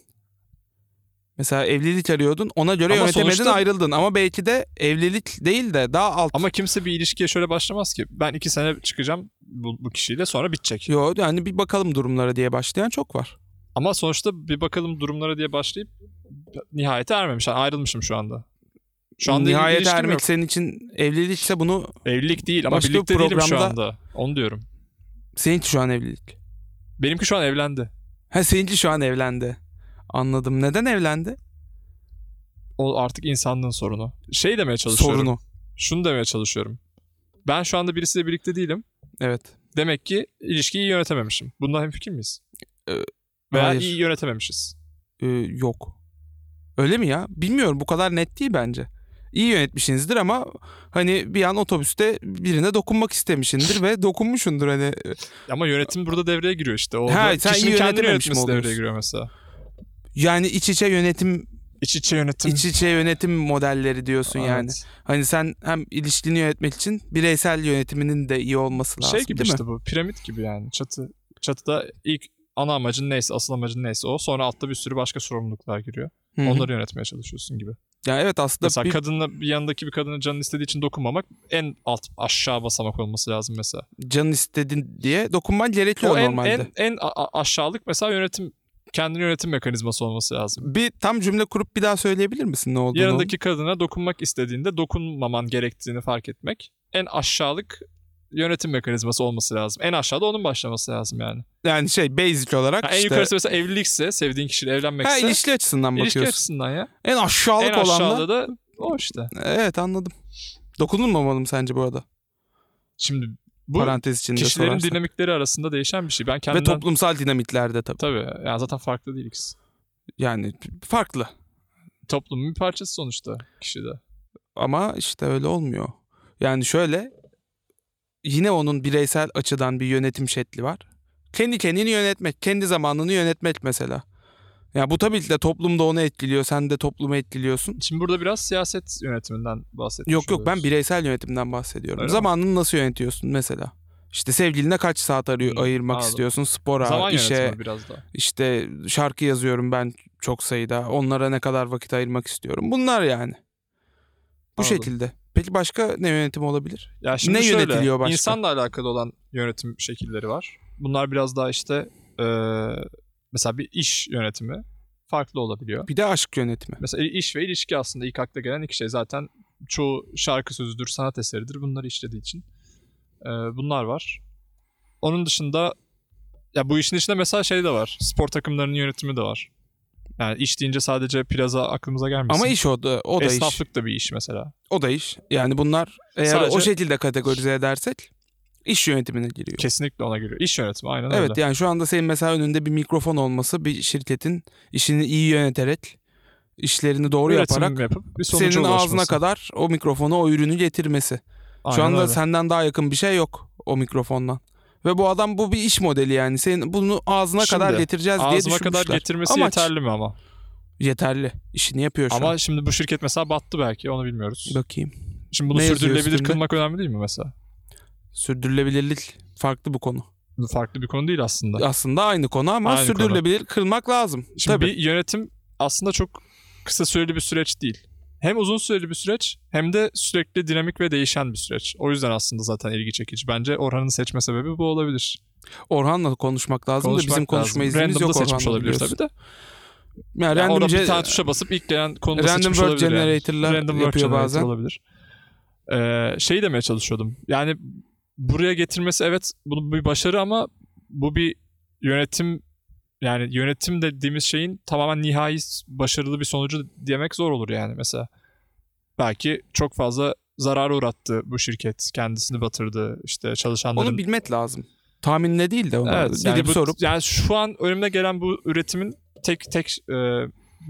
[SPEAKER 2] Mesela evlilik arıyordun ona göre
[SPEAKER 1] Ama
[SPEAKER 2] yönetemedin
[SPEAKER 1] sonuçta-
[SPEAKER 2] ayrıldın ama belki de evlilik değil de daha alt.
[SPEAKER 1] Ama kimse bir ilişkiye şöyle başlamaz ki. Ben 2 sene çıkacağım bu, bu kişiyle sonra bitecek.
[SPEAKER 2] Yo, yani bir bakalım durumlara diye başlayan çok var.
[SPEAKER 1] Ama sonuçta bir bakalım durumlara diye başlayıp nihayete ermemiş. Yani ayrılmışım şu anda. Şu anda
[SPEAKER 2] Nihayet
[SPEAKER 1] ilişkim
[SPEAKER 2] ermek
[SPEAKER 1] yok.
[SPEAKER 2] senin için evlilikse bunu
[SPEAKER 1] Evlilik değil ama
[SPEAKER 2] Başka bir
[SPEAKER 1] birlikte değilim şu
[SPEAKER 2] programda-
[SPEAKER 1] anda. Onu diyorum.
[SPEAKER 2] seninki şu an evlilik.
[SPEAKER 1] Benimki şu an evlendi.
[SPEAKER 2] Ha seninki şu an evlendi. Anladım. Neden evlendi?
[SPEAKER 1] O artık insanlığın sorunu. Şey demeye çalışıyorum.
[SPEAKER 2] Sorunu.
[SPEAKER 1] Şunu demeye çalışıyorum. Ben şu anda birisiyle birlikte değilim.
[SPEAKER 2] Evet.
[SPEAKER 1] Demek ki ilişkiyi iyi yönetememişim. Bundan hemfikir miyiz?
[SPEAKER 2] Ee,
[SPEAKER 1] Veya
[SPEAKER 2] hayır.
[SPEAKER 1] iyi yönetememişiz.
[SPEAKER 2] Ee, yok. Öyle mi ya? Bilmiyorum bu kadar net değil bence. İyi yönetmişsinizdir ama hani bir an otobüste birine dokunmak istemişsindir ve dokunmuşsundur hani.
[SPEAKER 1] Ama yönetim burada devreye giriyor işte. O
[SPEAKER 2] Ha,
[SPEAKER 1] da-
[SPEAKER 2] sen iyi
[SPEAKER 1] kişinin kendini
[SPEAKER 2] yönetememiş mi
[SPEAKER 1] yönetmesi devreye
[SPEAKER 2] oluyorsun?
[SPEAKER 1] giriyor mesela.
[SPEAKER 2] Yani iç içe yönetim
[SPEAKER 1] İç içe yönetim.
[SPEAKER 2] iç içe yönetim modelleri diyorsun yani.
[SPEAKER 1] Evet.
[SPEAKER 2] Hani sen hem ilişkini yönetmek için bireysel yönetiminin de iyi olması lazım
[SPEAKER 1] Şey gibi
[SPEAKER 2] değil
[SPEAKER 1] işte
[SPEAKER 2] mi?
[SPEAKER 1] bu. Piramit gibi yani. Çatı çatıda ilk ana amacın neyse, asıl amacın neyse o. Sonra altta bir sürü başka sorumluluklar giriyor.
[SPEAKER 2] Hı hı.
[SPEAKER 1] Onları yönetmeye çalışıyorsun gibi.
[SPEAKER 2] Ya evet aslında
[SPEAKER 1] mesela
[SPEAKER 2] bir-
[SPEAKER 1] kadınla bir yanındaki bir kadının canını istediği için dokunmamak en alt aşağı basamak olması lazım mesela.
[SPEAKER 2] canın istedin diye dokunman gerekiyor
[SPEAKER 1] O en,
[SPEAKER 2] normalde.
[SPEAKER 1] en en a- a- aşağılık mesela yönetim kendini yönetim mekanizması olması lazım.
[SPEAKER 2] Bir tam cümle kurup bir daha söyleyebilir misin ne olduğunu?
[SPEAKER 1] Yanındaki kadına dokunmak istediğinde dokunmaman gerektiğini fark etmek en aşağılık yönetim mekanizması olması lazım. En aşağıda onun başlaması lazım yani.
[SPEAKER 2] Yani şey basic olarak
[SPEAKER 1] Ha, en
[SPEAKER 2] işte.
[SPEAKER 1] yukarısı mesela evlilikse, sevdiğin kişiyle evlenmekse
[SPEAKER 2] ha,
[SPEAKER 1] ilişki,
[SPEAKER 2] ilişki açısından bakıyorsun.
[SPEAKER 1] açısından ya.
[SPEAKER 2] En aşağılık
[SPEAKER 1] En
[SPEAKER 2] olan da-
[SPEAKER 1] aşağıda da o işte.
[SPEAKER 2] Evet anladım. Dokunulmamalı mı sence bu arada?
[SPEAKER 1] Şimdi bu
[SPEAKER 2] Parantez içinde
[SPEAKER 1] kişilerin
[SPEAKER 2] sorarsak.
[SPEAKER 1] dinamikleri arasında değişen bir şey. Ben
[SPEAKER 2] Ve
[SPEAKER 1] kendimden...
[SPEAKER 2] toplumsal dinamiklerde tabii.
[SPEAKER 1] Tabii yani zaten farklı değil ikisi.
[SPEAKER 2] Yani farklı.
[SPEAKER 1] Toplumun bir parçası sonuçta kişide.
[SPEAKER 2] Ama işte öyle olmuyor. Yani şöyle yine onun bireysel açıdan bir yönetim şekli var. Kendi kendini yönetmek, kendi zamanını yönetmek mesela. Ya bu tabii ki de toplumda onu etkiliyor, sen de toplumu etkiliyorsun.
[SPEAKER 1] Şimdi burada biraz siyaset yönetiminden bahsetmiş
[SPEAKER 2] Yok yok ben
[SPEAKER 1] oluyoruz.
[SPEAKER 2] bireysel yönetimden bahsediyorum.
[SPEAKER 1] Öyle mi?
[SPEAKER 2] zamanını nasıl yönetiyorsun mesela? İşte sevgiline kaç saat arıyor,
[SPEAKER 1] Hmm,
[SPEAKER 2] ayırmak
[SPEAKER 1] anladım.
[SPEAKER 2] istiyorsun? Spora,
[SPEAKER 1] Zaman
[SPEAKER 2] işe,
[SPEAKER 1] yönetimi biraz daha.
[SPEAKER 2] İşte şarkı yazıyorum ben çok sayıda. Onlara ne kadar vakit ayırmak istiyorum. Bunlar yani. Bu
[SPEAKER 1] Anladım.
[SPEAKER 2] şekilde. Peki başka ne yönetim olabilir?
[SPEAKER 1] Ya şimdi
[SPEAKER 2] Ne
[SPEAKER 1] şöyle,
[SPEAKER 2] yönetiliyor başka?
[SPEAKER 1] İnsanla alakalı olan yönetim şekilleri var. Bunlar biraz daha işte eee, mesela bir iş yönetimi farklı olabiliyor.
[SPEAKER 2] Bir de aşk yönetimi.
[SPEAKER 1] Mesela iş ve ilişki aslında ilk akla gelen iki şey. Zaten çoğu şarkı sözüdür, sanat eseridir. Bunları işlediği için eee, bunlar var. Onun dışında ya bu işin içinde mesela şey de var. Spor takımlarının yönetimi de var. Yani iş deyince sadece plaza aklımıza gelmesin.
[SPEAKER 2] Ama iş o da, o da iş.
[SPEAKER 1] Esnaflık da bir iş mesela.
[SPEAKER 2] O da iş. Yani bunlar eğer
[SPEAKER 1] Sadece-
[SPEAKER 2] o şekilde kategorize edersek iş yönetimine giriyor.
[SPEAKER 1] Kesinlikle ona giriyor. İş yönetimi aynen öyle.
[SPEAKER 2] Evet yani şu anda senin mesela önünde bir mikrofon olması bir şirketin işini iyi yöneterek işlerini doğru
[SPEAKER 1] Üretim
[SPEAKER 2] yaparak
[SPEAKER 1] yapıp bir sonuca
[SPEAKER 2] senin ağzına
[SPEAKER 1] ulaşması.
[SPEAKER 2] kadar o mikrofonu o ürünü getirmesi.
[SPEAKER 1] Aynen
[SPEAKER 2] Şu anda
[SPEAKER 1] öyle.
[SPEAKER 2] senden daha yakın bir şey yok o mikrofondan. Ve bu adam bu bir iş modeli yani. Senin bunu ağzına
[SPEAKER 1] Şimdi,
[SPEAKER 2] kadar getireceğiz diye
[SPEAKER 1] ağzıma
[SPEAKER 2] düşünmüşler.
[SPEAKER 1] kadar getirmesi
[SPEAKER 2] Amaç.
[SPEAKER 1] yeterli mi ama?
[SPEAKER 2] Yeterli. İşini yapıyor şu an.
[SPEAKER 1] Ama şimdi bu şirket mesela battı belki onu bilmiyoruz.
[SPEAKER 2] Bakayım.
[SPEAKER 1] Şimdi bunu
[SPEAKER 2] Ne yazıyor
[SPEAKER 1] sürdürülebilir
[SPEAKER 2] üstünde?
[SPEAKER 1] kılmak önemli değil mi mesela?
[SPEAKER 2] Sürdürülebilirlik farklı bu konu.
[SPEAKER 1] Bu farklı bir konu değil aslında.
[SPEAKER 2] Aslında aynı konu ama
[SPEAKER 1] Aynı
[SPEAKER 2] sürdürülebilir kılmak lazım.
[SPEAKER 1] Şimdi
[SPEAKER 2] Tabii.
[SPEAKER 1] bir yönetim aslında çok kısa süreli bir süreç değil. Hem uzun süreli bir süreç hem de sürekli dinamik ve değişen bir süreç. O yüzden aslında zaten ilgi çekici. Bence Orhan'ın seçme sebebi bu olabilir.
[SPEAKER 2] Orhan'la konuşmak lazım da
[SPEAKER 1] Konuşmak
[SPEAKER 2] bizim konuşma
[SPEAKER 1] lazım.
[SPEAKER 2] iznimiz
[SPEAKER 1] Random'da
[SPEAKER 2] yok Orhan'la
[SPEAKER 1] seçmiş olabilir
[SPEAKER 2] biliyorsun.
[SPEAKER 1] tabii de.
[SPEAKER 2] Yani
[SPEAKER 1] Yani orada
[SPEAKER 2] randomce-
[SPEAKER 1] bir tane tuşa basıp ilk gelen konuda
[SPEAKER 2] Random
[SPEAKER 1] seçmiş
[SPEAKER 2] word
[SPEAKER 1] olabilir. yani.
[SPEAKER 2] generator'lar
[SPEAKER 1] Random word
[SPEAKER 2] yapıyor
[SPEAKER 1] generator
[SPEAKER 2] bazen.
[SPEAKER 1] olabilir. Ee, şey demeye çalışıyordum. Yani buraya getirmesi evet bu bir başarı ama bu bir yönetim yani yönetim dediğimiz şeyin tamamen nihai başarılı bir sonucu demek zor olur yani mesela. Belki çok fazla zarara uğrattı bu şirket. Kendisini batırdı. işte çalışanların
[SPEAKER 2] onu bilmek lazım. Tahminle değil de onu
[SPEAKER 1] Evet,
[SPEAKER 2] bilip
[SPEAKER 1] yani, bu-
[SPEAKER 2] sorup
[SPEAKER 1] yani şu an önüme gelen bu üretimin tek tek e,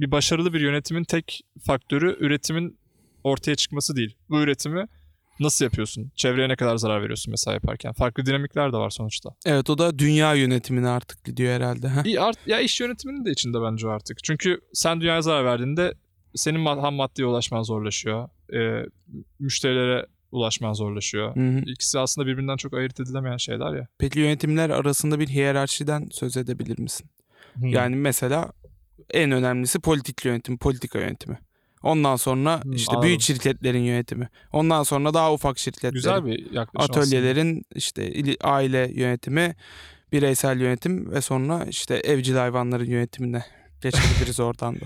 [SPEAKER 1] bir başarılı bir yönetimin tek faktörü üretimin ortaya çıkması değil. Bu üretimi nasıl yapıyorsun? Çevreye ne kadar zarar veriyorsun mesela yaparken? Farklı dinamikler de var sonuçta.
[SPEAKER 2] evet o da dünya yönetimine artık gidiyor herhalde. Heh.
[SPEAKER 1] İyi art, ya iş yönetiminin de içinde bence o artık. Çünkü sen dünyaya zarar verdiğinde senin ma- ham maddeye ulaşman zorlaşıyor. E, müşterilere ulaşman zorlaşıyor.
[SPEAKER 2] Hı hı.
[SPEAKER 1] İkisi aslında birbirinden çok ayırt edilemeyen şeyler ya.
[SPEAKER 2] Peki yönetimler arasında bir hiyerarşiden söz edebilir misin? Yani mesela en önemlisi politik yönetim, politika yönetimi. Ondan sonra
[SPEAKER 1] Hmm,
[SPEAKER 2] işte
[SPEAKER 1] anladım.
[SPEAKER 2] büyük şirketlerin yönetimi. Ondan sonra daha ufak şirketlerin,
[SPEAKER 1] güzel bir yaklaşım aslında.
[SPEAKER 2] atölyelerin işte ili- aile yönetimi, bireysel yönetim ve sonra işte evcil hayvanların yönetimine geçebiliriz oradan da.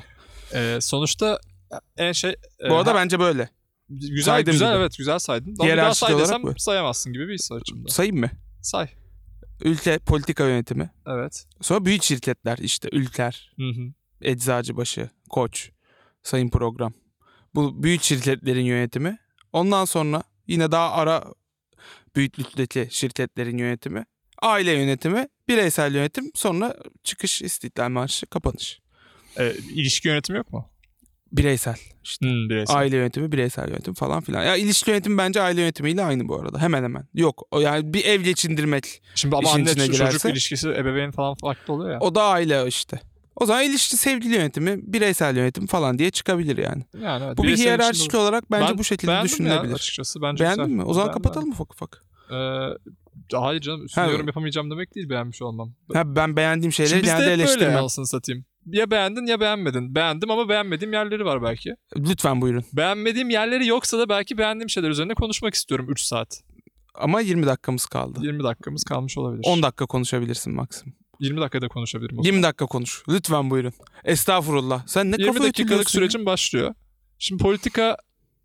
[SPEAKER 1] Ee, sonuçta en şey e,
[SPEAKER 2] Bu arada
[SPEAKER 1] ha-
[SPEAKER 2] bence böyle.
[SPEAKER 1] güzel
[SPEAKER 2] saydım
[SPEAKER 1] güzel
[SPEAKER 2] gibi.
[SPEAKER 1] evet güzel saydın. Ama bir daha
[SPEAKER 2] Hiyerarşik
[SPEAKER 1] say desem
[SPEAKER 2] olarak mı?
[SPEAKER 1] sayamazsın gibi bir his var içimde.
[SPEAKER 2] Sayayım mı?
[SPEAKER 1] Say.
[SPEAKER 2] Ülke politika yönetimi.
[SPEAKER 1] Evet.
[SPEAKER 2] Sonra büyük şirketler işte Ülker,
[SPEAKER 1] Hı hı.
[SPEAKER 2] Eczacıbaşı, Koç, Sayın Program. Bu büyük şirketlerin yönetimi. Ondan sonra yine daha ara büyüklükteki şirketlerin yönetimi. Aile yönetimi, bireysel yönetim, sonra çıkış, istiklal marşı, kapanış.
[SPEAKER 1] Ee, ilişki yönetimi yok mu?
[SPEAKER 2] Bireysel.
[SPEAKER 1] Hı, bireysel.
[SPEAKER 2] Aile yönetimi, bireysel yönetim falan filan. Ya ilişki yönetimi bence aile yönetimiyle aynı bu arada. Hemen hemen. Yok. O yani bir ev geçindirmek.
[SPEAKER 1] Şimdi ama
[SPEAKER 2] İşin
[SPEAKER 1] anne
[SPEAKER 2] içine
[SPEAKER 1] çocuk
[SPEAKER 2] girerse-
[SPEAKER 1] ilişkisi ebeveyn falan farklı oluyor ya.
[SPEAKER 2] O da aile işte. O zaman ilişki sevgili yönetimi, bireysel yönetim falan diye çıkabilir yani.
[SPEAKER 1] yani evet,
[SPEAKER 2] Bu bir
[SPEAKER 1] bireyselin içinde
[SPEAKER 2] hiyerarşik
[SPEAKER 1] olur.
[SPEAKER 2] olarak bence
[SPEAKER 1] Ben
[SPEAKER 2] bu şekilde
[SPEAKER 1] Beğendim ya
[SPEAKER 2] düşünülebilir.
[SPEAKER 1] açıkçası. Bence
[SPEAKER 2] Beğendin
[SPEAKER 1] güzel.
[SPEAKER 2] mi? O zaman
[SPEAKER 1] Beğendim,
[SPEAKER 2] kapatalım ufak ufak.
[SPEAKER 1] beğendim. Ee, hayır canım üstüne
[SPEAKER 2] Ha.
[SPEAKER 1] yorum yapamayacağım demek değil beğenmiş olmam.
[SPEAKER 2] Ha, ben beğendiğim
[SPEAKER 1] Şimdi
[SPEAKER 2] şeyleri
[SPEAKER 1] bizde hep
[SPEAKER 2] genelde
[SPEAKER 1] böyle
[SPEAKER 2] eleştirmem.
[SPEAKER 1] anasını satayım. Ya beğendin ya beğenmedin. Beğendim ama beğenmediğim yerleri var belki.
[SPEAKER 2] Lütfen buyurun.
[SPEAKER 1] Beğenmediğim yerleri yoksa da belki beğendiğim şeyler üzerine konuşmak istiyorum 3 saat.
[SPEAKER 2] Ama 20 dakikamız kaldı.
[SPEAKER 1] 20 dakikamız kalmış olabilir.
[SPEAKER 2] 10 dakika konuşabilirsin maksimum.
[SPEAKER 1] 20 dakikada konuşabilirim. o zaman.
[SPEAKER 2] 20 dakika konuş. Lütfen buyurun. Estağfurullah. Sen ne
[SPEAKER 1] 20
[SPEAKER 2] kafa
[SPEAKER 1] dakikalık
[SPEAKER 2] ütülüyorsun ya?
[SPEAKER 1] sürecim başlıyor. Şimdi politika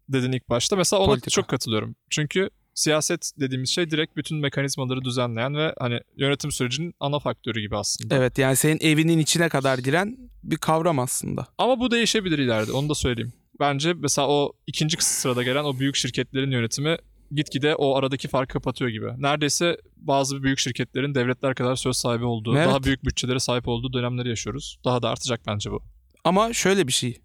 [SPEAKER 1] dedin ilk başta. Mesela ona
[SPEAKER 2] Politika.
[SPEAKER 1] çok katılıyorum. Çünkü siyaset dediğimiz şey direkt bütün mekanizmaları düzenleyen ve hani yönetim sürecinin ana faktörü gibi aslında.
[SPEAKER 2] Evet yani senin evinin içine kadar giren bir kavram aslında.
[SPEAKER 1] Ama bu değişebilir ileride onu da söyleyeyim. Bence mesela o ikinci sırada gelen o büyük şirketlerin yönetimi gitgide o aradaki farkı kapatıyor gibi. Neredeyse bazı büyük şirketlerin devletler kadar söz sahibi olduğu,
[SPEAKER 2] Evet.
[SPEAKER 1] daha büyük bütçelere sahip olduğu dönemleri yaşıyoruz. Daha da artacak bence bu.
[SPEAKER 2] Ama şöyle bir şey.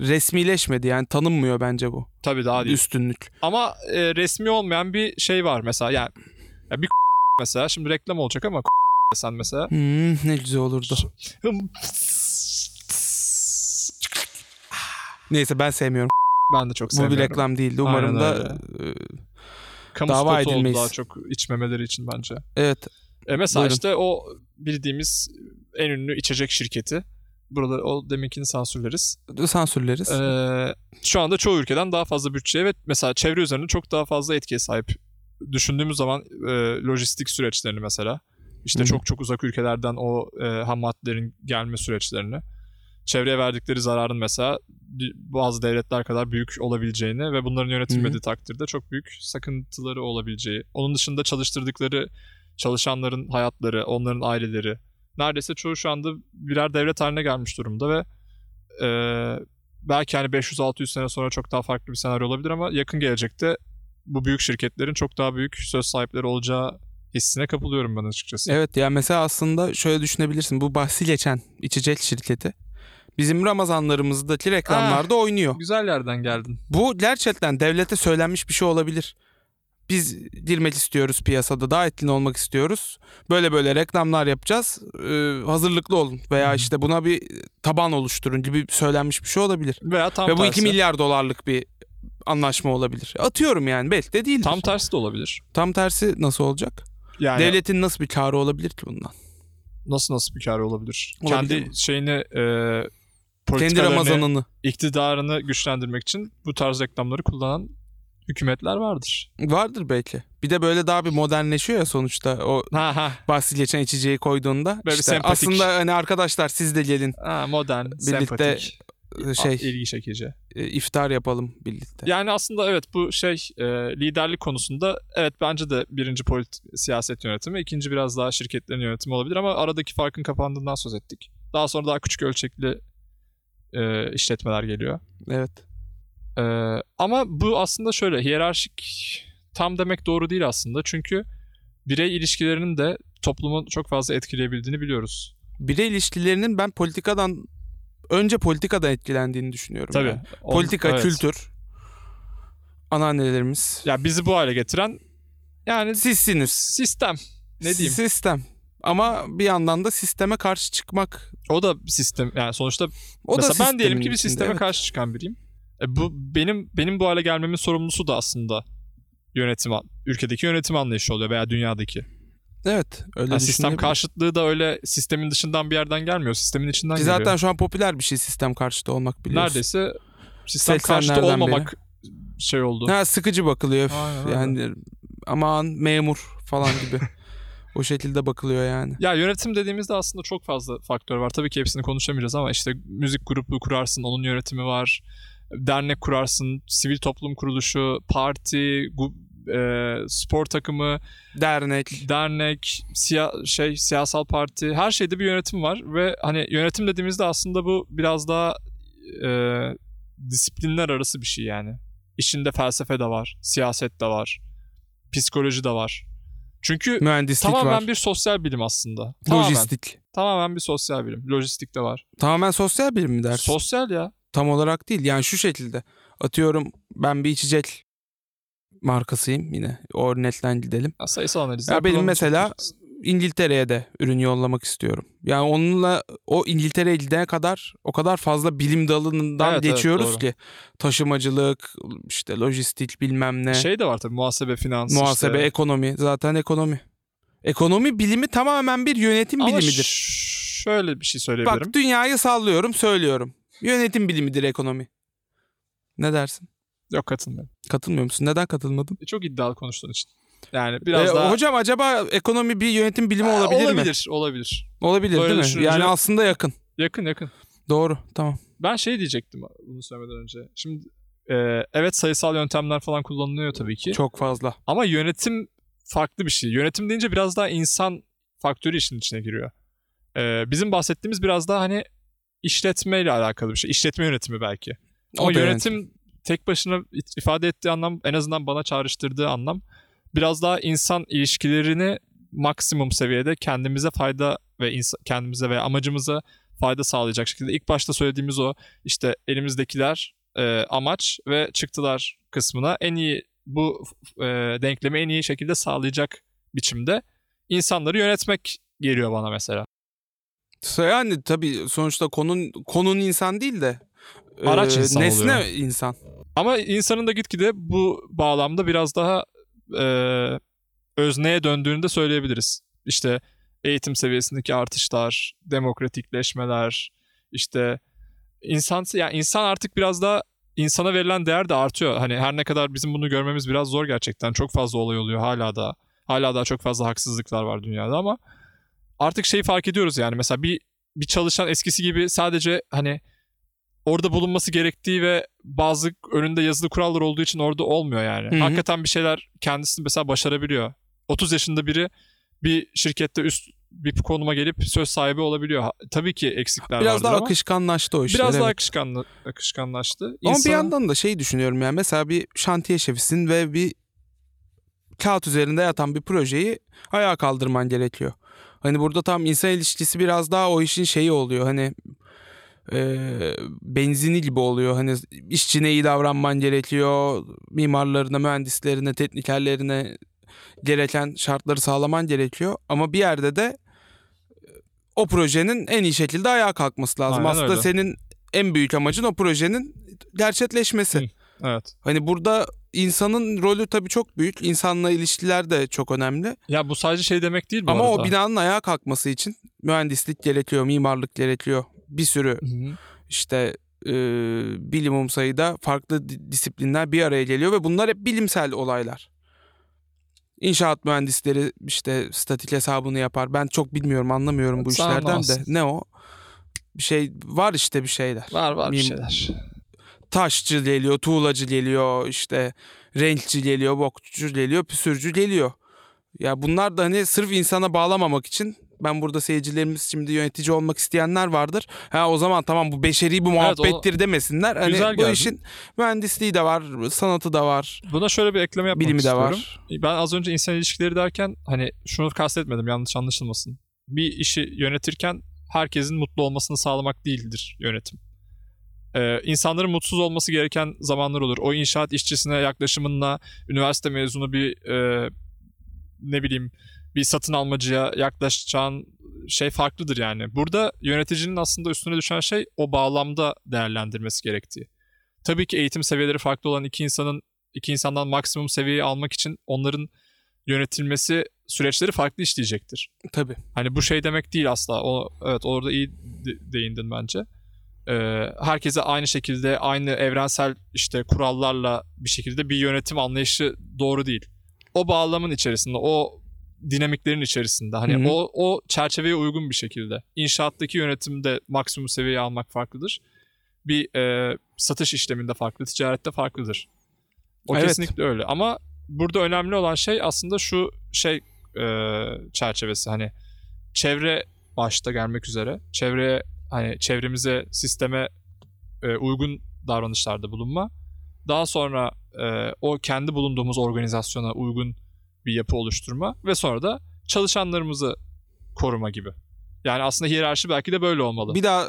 [SPEAKER 2] Resmileşmedi yani tanınmıyor bence bu.
[SPEAKER 1] Tabii daha değil.
[SPEAKER 2] Üstünlük.
[SPEAKER 1] Ama e, resmi olmayan bir şey var mesela. Yani ya bir [LAUGHS] mesela şimdi reklam olacak ama [LAUGHS] sen mesela
[SPEAKER 2] Hmm, ne güzel olurdu. Neyse ben sevmiyorum.
[SPEAKER 1] [LAUGHS] ben de çok
[SPEAKER 2] Bu
[SPEAKER 1] sevmiyorum.
[SPEAKER 2] bir reklam değildi. Umarım
[SPEAKER 1] Aynen
[SPEAKER 2] da e,
[SPEAKER 1] Kamu
[SPEAKER 2] Dava
[SPEAKER 1] spotu oldu
[SPEAKER 2] edilmeyiz.
[SPEAKER 1] daha çok içmemeleri için bence.
[SPEAKER 2] evet
[SPEAKER 1] E mesela
[SPEAKER 2] Buyurun.
[SPEAKER 1] işte o bildiğimiz en ünlü içecek şirketi Buraları o deminkini sansürleriz.
[SPEAKER 2] Sansürleriz.
[SPEAKER 1] Ee, şu anda çoğu ülkeden daha fazla bütçeye ve mesela çevre üzerinde çok daha fazla etkiye sahip. Düşündüğümüz zaman e, lojistik süreçlerini mesela işte
[SPEAKER 2] Hı hı.
[SPEAKER 1] çok çok uzak ülkelerden o e, ham maddelerin gelme süreçlerini çevreye verdikleri zararın mesela di- bazı devletler kadar büyük olabileceğini ve bunların yönetilmediği takdirde çok büyük sakıntıları olabileceği. Onun dışında çalıştırdıkları çalışanların hayatları, onların aileleri neredeyse çoğu şu anda birer devlet haline gelmiş durumda ve e, belki hani 500-600 sene sonra çok daha farklı bir senaryo olabilir ama yakın gelecekte bu büyük şirketlerin çok daha büyük söz sahipleri olacağı hissine kapılıyorum ben açıkçası.
[SPEAKER 2] Evet ya mesela aslında şöyle düşünebilirsin. Bu bahsi geçen içecek şirketi bizim Ramazanlarımızdaki
[SPEAKER 1] Ah.
[SPEAKER 2] reklamlarda oynuyor.
[SPEAKER 1] Güzel yerden geldin.
[SPEAKER 2] Bu gerçekten devlete söylenmiş bir şey olabilir. Biz girmek istiyoruz piyasada daha etkin olmak istiyoruz. Böyle böyle reklamlar yapacağız. Ee, hazırlıklı olun veya
[SPEAKER 1] Hı.
[SPEAKER 2] işte buna bir taban oluşturun gibi söylenmiş bir şey olabilir.
[SPEAKER 1] Veya tam
[SPEAKER 2] Ve bu 2
[SPEAKER 1] tersi.
[SPEAKER 2] milyar dolarlık bir anlaşma olabilir. Atıyorum yani belki de değildir.
[SPEAKER 1] Tam
[SPEAKER 2] Tam,
[SPEAKER 1] tersi de olabilir.
[SPEAKER 2] tersi nasıl olacak?
[SPEAKER 1] Yani
[SPEAKER 2] Devletin nasıl bir karı olabilir ki bundan?
[SPEAKER 1] nasıl nasıl bir kar olabilir?
[SPEAKER 2] Olabilir
[SPEAKER 1] Kendi
[SPEAKER 2] mi?
[SPEAKER 1] şeyini e,
[SPEAKER 2] Kendi
[SPEAKER 1] politikalarını,
[SPEAKER 2] Ramazan'ını.
[SPEAKER 1] iktidarını güçlendirmek için bu tarz reklamları kullanan hükümetler vardır.
[SPEAKER 2] Vardır belki. Bir de böyle daha bir modernleşiyor ya sonuçta o
[SPEAKER 1] Ha ha.
[SPEAKER 2] bahsi geçen içeceği koyduğunda.
[SPEAKER 1] Böyle
[SPEAKER 2] İşte
[SPEAKER 1] sempatik.
[SPEAKER 2] aslında hani arkadaşlar siz de gelin
[SPEAKER 1] ha modern,
[SPEAKER 2] Birlikte
[SPEAKER 1] sempatik,
[SPEAKER 2] şey
[SPEAKER 1] ilgi çekici.
[SPEAKER 2] e, iftar yapalım birlikte.
[SPEAKER 1] Yani aslında evet bu şey e, liderlik konusunda evet bence de birinci polit siyaset yönetimi, ikinci biraz daha şirketlerin yönetimi olabilir ama aradaki farkın kapandığından söz ettik. Daha sonra daha küçük ölçekli e, işletmeler geliyor.
[SPEAKER 2] Evet.
[SPEAKER 1] E, ama bu aslında şöyle hiyerarşik tam demek doğru değil aslında çünkü birey ilişkilerinin de toplumu çok fazla etkileyebildiğini biliyoruz.
[SPEAKER 2] Birey ilişkilerinin ben politikadan önce politikadan etkilendiğini düşünüyorum.
[SPEAKER 1] Tabii.
[SPEAKER 2] yani.
[SPEAKER 1] Onun-
[SPEAKER 2] Politika,
[SPEAKER 1] evet.
[SPEAKER 2] kültür. Anneannelerimiz.
[SPEAKER 1] Ya bizi bu hale getiren yani
[SPEAKER 2] Sizsiniz.
[SPEAKER 1] sistem. Ne diyeyim?
[SPEAKER 2] Sistem. Ama bir yandan da sisteme karşı çıkmak.
[SPEAKER 1] O da sistem yani sonuçta
[SPEAKER 2] O da
[SPEAKER 1] Mesela ben diyelim ki
[SPEAKER 2] sistemin
[SPEAKER 1] bir
[SPEAKER 2] içinde,
[SPEAKER 1] sisteme
[SPEAKER 2] evet.
[SPEAKER 1] karşı çıkan biriyim. E bu benim benim bu hale gelmemin sorumlusu da aslında yönetim an- ülkedeki yönetim anlayışı oluyor veya dünyadaki.
[SPEAKER 2] Evet. Öyle
[SPEAKER 1] Yani sistem
[SPEAKER 2] düşünülebilir.
[SPEAKER 1] karşıtlığı da öyle sistemin dışından bir yerden gelmiyor, sistemin içinden
[SPEAKER 2] Ki
[SPEAKER 1] geliyor.
[SPEAKER 2] zaten şu an popüler bir şey sistem karşıtı olmak biliyorsun.
[SPEAKER 1] neredeyse sistem
[SPEAKER 2] 80'lerden
[SPEAKER 1] karşıtı olmamak şey oldu.
[SPEAKER 2] Ha sıkıcı bakılıyor. öf.
[SPEAKER 1] Aynen öyle.
[SPEAKER 2] yani aman memur falan
[SPEAKER 1] [LAUGHS]
[SPEAKER 2] gibi. o şekilde bakılıyor yani.
[SPEAKER 1] Ya yönetim dediğimizde aslında çok fazla faktör var. Tabii ki hepsini konuşamayacağız ama işte müzik grubu kurarsın, onun yönetimi var. Dernek kurarsın, sivil toplum kuruluşu, parti, gu- e, spor takımı,
[SPEAKER 2] Dernek.
[SPEAKER 1] dernek, siya- şey siyasal parti her şeyde bir yönetim var ve hani yönetim dediğimizde aslında bu biraz daha e, disiplinler arası bir şey yani. İçinde felsefe de var, siyaset de var, psikoloji de var. Çünkü
[SPEAKER 2] Mühendislik
[SPEAKER 1] tamamen
[SPEAKER 2] var.
[SPEAKER 1] bir sosyal bilim aslında. Tamamen,
[SPEAKER 2] Lojistik.
[SPEAKER 1] tamamen bir sosyal bilim. Lojistik de var.
[SPEAKER 2] Tamamen sosyal bilim mi dersin?
[SPEAKER 1] Sosyal ya.
[SPEAKER 2] Tam olarak değil. Yani şu şekilde. Atıyorum ben bir içecek markasıyım yine. O örnekten gidelim.
[SPEAKER 1] Ya sayısal analiz.
[SPEAKER 2] Ya benim mesela İngiltere'ye de ürün yollamak istiyorum. Yani onunla o İngiltere'ye gidene kadar o kadar fazla bilim dalından
[SPEAKER 1] Evet, evet,
[SPEAKER 2] geçiyoruz
[SPEAKER 1] doğru.
[SPEAKER 2] ki. Taşımacılık, işte lojistik bilmem ne.
[SPEAKER 1] şey de var tabii muhasebe, finans,
[SPEAKER 2] e, Muhasebe,
[SPEAKER 1] işte.
[SPEAKER 2] ekonomi. Zaten ekonomi. Ekonomi bilimi tamamen bir yönetim
[SPEAKER 1] Ama
[SPEAKER 2] bilimidir.
[SPEAKER 1] ş- şöyle bir şey söyleyebilirim.
[SPEAKER 2] Bak dünyayı sallıyorum, söylüyorum. Yönetim bilimidir ekonomi. Ne dersin?
[SPEAKER 1] Yok katılmıyorum.
[SPEAKER 2] Katılmıyor musun? Neden katılmadın?
[SPEAKER 1] E, Çok iddialı konuştuğun için. Yani biraz
[SPEAKER 2] Ee,
[SPEAKER 1] daha...
[SPEAKER 2] Hocam acaba ekonomi bir yönetim bilimi
[SPEAKER 1] Ha,
[SPEAKER 2] olabilir, mi?
[SPEAKER 1] Olabilir, olabilir.
[SPEAKER 2] Olabilir
[SPEAKER 1] Böyle
[SPEAKER 2] değil mi?
[SPEAKER 1] düşününce-
[SPEAKER 2] Yani aslında yakın.
[SPEAKER 1] Yakın yakın.
[SPEAKER 2] Doğru, tamam.
[SPEAKER 1] Ben şey diyecektim bunu söylemeden önce. Şimdi e, evet sayısal yöntemler falan kullanılıyor tabii ki.
[SPEAKER 2] Çok fazla.
[SPEAKER 1] Ama yönetim farklı bir şey. Yönetim deyince biraz daha insan faktörü işin içine giriyor. E, bizim bahsettiğimiz biraz daha hani işletmeyle alakalı bir şey. İşletme yönetimi belki.
[SPEAKER 2] O
[SPEAKER 1] Ama
[SPEAKER 2] da
[SPEAKER 1] yönetim tek başına it- ifade ettiği anlam en azından bana çağrıştırdığı anlam biraz daha insan ilişkilerini maksimum seviyede kendimize fayda ve insa- kendimize ve amacımıza fayda sağlayacak şekilde ilk başta söylediğimiz o işte elimizdekiler e, amaç ve çıktılar kısmına en iyi bu e, denklemi en iyi şekilde sağlayacak biçimde insanları yönetmek geliyor bana mesela.
[SPEAKER 2] Yani tabii sonuçta konun konun insan değil de e,
[SPEAKER 1] Araç insan
[SPEAKER 2] nesne
[SPEAKER 1] oluyor.
[SPEAKER 2] insan.
[SPEAKER 1] Ama insanın da gitgide bu bağlamda biraz daha e, özneye döndüğünü de söyleyebiliriz. İşte eğitim seviyesindeki artışlar, demokratikleşmeler, İşte insan yani insan artık biraz daha insana verilen değer de artıyor. Hani her ne kadar bizim bunu görmemiz biraz zor gerçekten. Çok fazla olay oluyor hala da. Hala daha çok fazla haksızlıklar var dünyada ama artık şeyi fark ediyoruz yani mesela bir bir çalışan eskisi gibi sadece hani orada bulunması gerektiği ve bazı önünde yazılı kurallar olduğu için orada olmuyor yani.
[SPEAKER 2] Hı hı.
[SPEAKER 1] Hakikaten bir şeyler kendisi mesela başarabiliyor. 30 yaşında biri bir şirkette üst bir konuma gelip söz sahibi olabiliyor. Ha- Tabii ki eksikler
[SPEAKER 2] Biraz
[SPEAKER 1] vardır
[SPEAKER 2] daha
[SPEAKER 1] ama
[SPEAKER 2] akışkanlaştı o işler.
[SPEAKER 1] biraz daha
[SPEAKER 2] evet.
[SPEAKER 1] akışkanlı, akışkanlaştı.
[SPEAKER 2] Ama bir
[SPEAKER 1] İnsanın-
[SPEAKER 2] yandan da şey düşünüyorum yani mesela bir şantiye şefisin ve bir kağıt üzerinde yatan bir projeyi ayağa kaldırman gerekiyor. Hani burada tam insan ilişkisi biraz daha o işin şeyi oluyor hani e, benzini gibi oluyor. Hani işçine iyi davranman gerekiyor. Mimarlarına, mühendislerine, teknikerlerine gereken şartları sağlaman gerekiyor. Ama bir yerde de e, o projenin en iyi şekilde ayağa kalkması lazım.
[SPEAKER 1] Aynen
[SPEAKER 2] Aslında
[SPEAKER 1] öyle.
[SPEAKER 2] senin en büyük amacın o projenin gerçekleşmesi.
[SPEAKER 1] Hı. Evet.
[SPEAKER 2] Hani burada insanın rolü tabii çok büyük. İnsanla ilişkiler de çok önemli.
[SPEAKER 1] Ya bu sadece şey demek değil bu
[SPEAKER 2] Ama
[SPEAKER 1] arada.
[SPEAKER 2] o binanın ayağa kalkması için mühendislik gerekiyor, mimarlık gerekiyor. Bir sürü
[SPEAKER 1] Hı hı.
[SPEAKER 2] işte e, bilimum sayıda farklı di- disiplinler bir araya geliyor ve bunlar hep bilimsel olaylar. İnşaat mühendisleri işte statik hesabını yapar. Ben çok bilmiyorum, anlamıyorum bu
[SPEAKER 1] Sen
[SPEAKER 2] işlerden de.
[SPEAKER 1] anlamazsın.
[SPEAKER 2] Ne o? Bir şey var işte bir şeyler.
[SPEAKER 1] Var var bir
[SPEAKER 2] Mim-
[SPEAKER 1] şeyler.
[SPEAKER 2] Taşçı geliyor, tuğlacı geliyor, işte renkçi geliyor, bokçu geliyor, püsürcü geliyor. Ya bunlar da hani sırf insana bağlamamak için ben burada seyircilerimiz şimdi yönetici olmak isteyenler vardır. Ha o zaman tamam bu beşeri bu
[SPEAKER 1] o-
[SPEAKER 2] muhabbettir demesinler. Hani
[SPEAKER 1] Güzel
[SPEAKER 2] bu
[SPEAKER 1] geldin.
[SPEAKER 2] işin mühendisliği de var, sanatı da var,
[SPEAKER 1] Buna şöyle bir ekleme yapmak
[SPEAKER 2] bilimi de
[SPEAKER 1] istiyorum.
[SPEAKER 2] var.
[SPEAKER 1] Ben az önce insan ilişkileri derken hani şunu kastetmedim yanlış anlaşılmasın. Bir işi yönetirken herkesin mutlu olmasını sağlamak değildir yönetim. Ee, insanların mutsuz olması gereken zamanlar olur. O inşaat işçisine yaklaşımınla üniversite mezunu bir e, ne bileyim bir satın almacıya yaklaşacağın şey farklıdır yani. Burada yöneticinin aslında üstüne düşen şey o bağlamda değerlendirmesi gerektiği. Tabii ki eğitim seviyeleri farklı olan iki insanın iki insandan maksimum seviyeyi almak için onların yönetilmesi süreçleri farklı işleyecektir.
[SPEAKER 2] Tabii.
[SPEAKER 1] Hani bu şey demek değil asla. O evet orada iyi de- değindin bence. Ee, herkese aynı şekilde aynı evrensel işte kurallarla bir şekilde bir yönetim anlayışı doğru değil. O bağlamın içerisinde, o dinamiklerin içerisinde hani
[SPEAKER 2] Hı hı.
[SPEAKER 1] o o çerçeveye uygun bir şekilde inşaattaki yönetimde maksimum seviyeyi almak farklıdır. Bir e, satış işleminde farklı, ticarette farklıdır. O
[SPEAKER 2] Evet.
[SPEAKER 1] kesinlikle öyle ama burada önemli olan şey aslında şu şey e, çerçevesi hani çevre başta gelmek üzere çevreye hani çevremize sisteme e, uygun davranışlarda bulunma. Daha sonra e, o kendi bulunduğumuz organizasyona uygun bir yapı oluşturma ve sonra da çalışanlarımızı koruma gibi. Yani aslında hiyerarşi belki de böyle olmalı.
[SPEAKER 2] Bir daha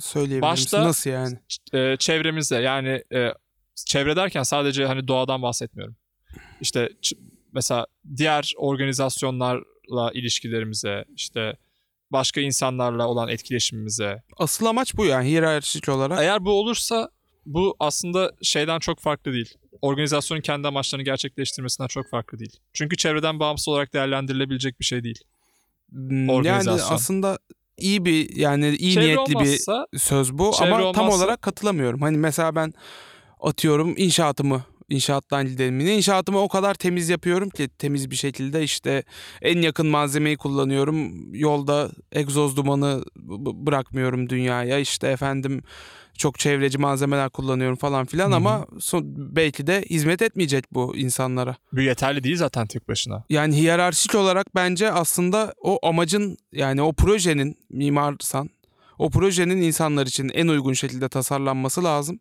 [SPEAKER 2] söyleyebilir
[SPEAKER 1] Başta-
[SPEAKER 2] misin? Nasıl yani?
[SPEAKER 1] Ç- e, çevremize yani e, çevre derken sadece hani doğadan bahsetmiyorum. İşte ç- mesela diğer organizasyonlarla ilişkilerimize, işte başka insanlarla olan etkileşimimize,
[SPEAKER 2] Asıl amaç bu yani hiyerarşik olarak.
[SPEAKER 1] eğer bu olursa bu aslında şeyden çok farklı değil. Organizasyonun kendi amaçlarını gerçekleştirmesinden çok farklı değil. Çünkü çevreden bağımsız olarak değerlendirilebilecek bir şey değil.
[SPEAKER 2] Hmm, Yani
[SPEAKER 1] organizasyon.
[SPEAKER 2] aslında iyi bir yani iyi
[SPEAKER 1] Çevre
[SPEAKER 2] niyetli bir
[SPEAKER 1] olmazsa
[SPEAKER 2] söz bu
[SPEAKER 1] Çevre
[SPEAKER 2] ama tam
[SPEAKER 1] olmazsa-
[SPEAKER 2] olarak katılamıyorum. Hani mesela ben atıyorum inşaatımı inşaattan gidelimini inşaatımı o kadar temiz yapıyorum ki temiz bir şekilde işte en yakın malzemeyi kullanıyorum. Yolda egzoz dumanı b- bırakmıyorum dünyaya. İşte efendim çok çevreci malzemeler kullanıyorum falan filan
[SPEAKER 1] Hı hı.
[SPEAKER 2] ama son, belki de hizmet etmeyecek bu insanlara.
[SPEAKER 1] bu yeterli değil zaten tek başına.
[SPEAKER 2] Yani hiyerarşik olarak bence aslında o amacın yani o projenin mimarsan o projenin insanlar için en uygun şekilde tasarlanması lazım.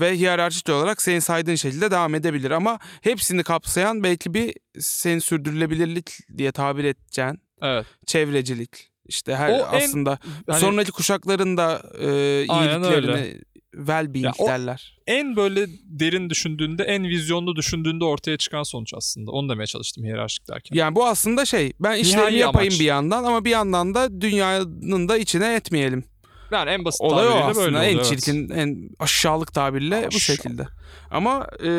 [SPEAKER 2] Ve hiyerarşik olarak senin saydığın şekilde devam edebilir ama hepsini kapsayan belki bir senin sürdürülebilirlik diye tabir edeceğin
[SPEAKER 1] Evet.
[SPEAKER 2] çevrecilik. İşte her
[SPEAKER 1] O en-
[SPEAKER 2] aslında
[SPEAKER 1] Hani
[SPEAKER 2] sonraki kuşakların da e,
[SPEAKER 1] Aynen
[SPEAKER 2] iyiliklerini well-being
[SPEAKER 1] Ya o-
[SPEAKER 2] derler.
[SPEAKER 1] en böyle derin düşündüğünde, en vizyonlu düşündüğünde ortaya çıkan sonuç aslında. Onu demeye çalıştım hiyerarşik derken.
[SPEAKER 2] Yani bu aslında şey ben işlerimi
[SPEAKER 1] Nihai
[SPEAKER 2] yapayım
[SPEAKER 1] amaç.
[SPEAKER 2] bir yandan ama bir yandan da dünyanın da içine etmeyelim.
[SPEAKER 1] Yani en basit
[SPEAKER 2] Olay o
[SPEAKER 1] tabiriyle
[SPEAKER 2] aslında
[SPEAKER 1] böyle
[SPEAKER 2] en
[SPEAKER 1] oluyor, evet.
[SPEAKER 2] çirkin, en aşağılık tabirle bu
[SPEAKER 1] Aşağılık.
[SPEAKER 2] şekilde. Ama e,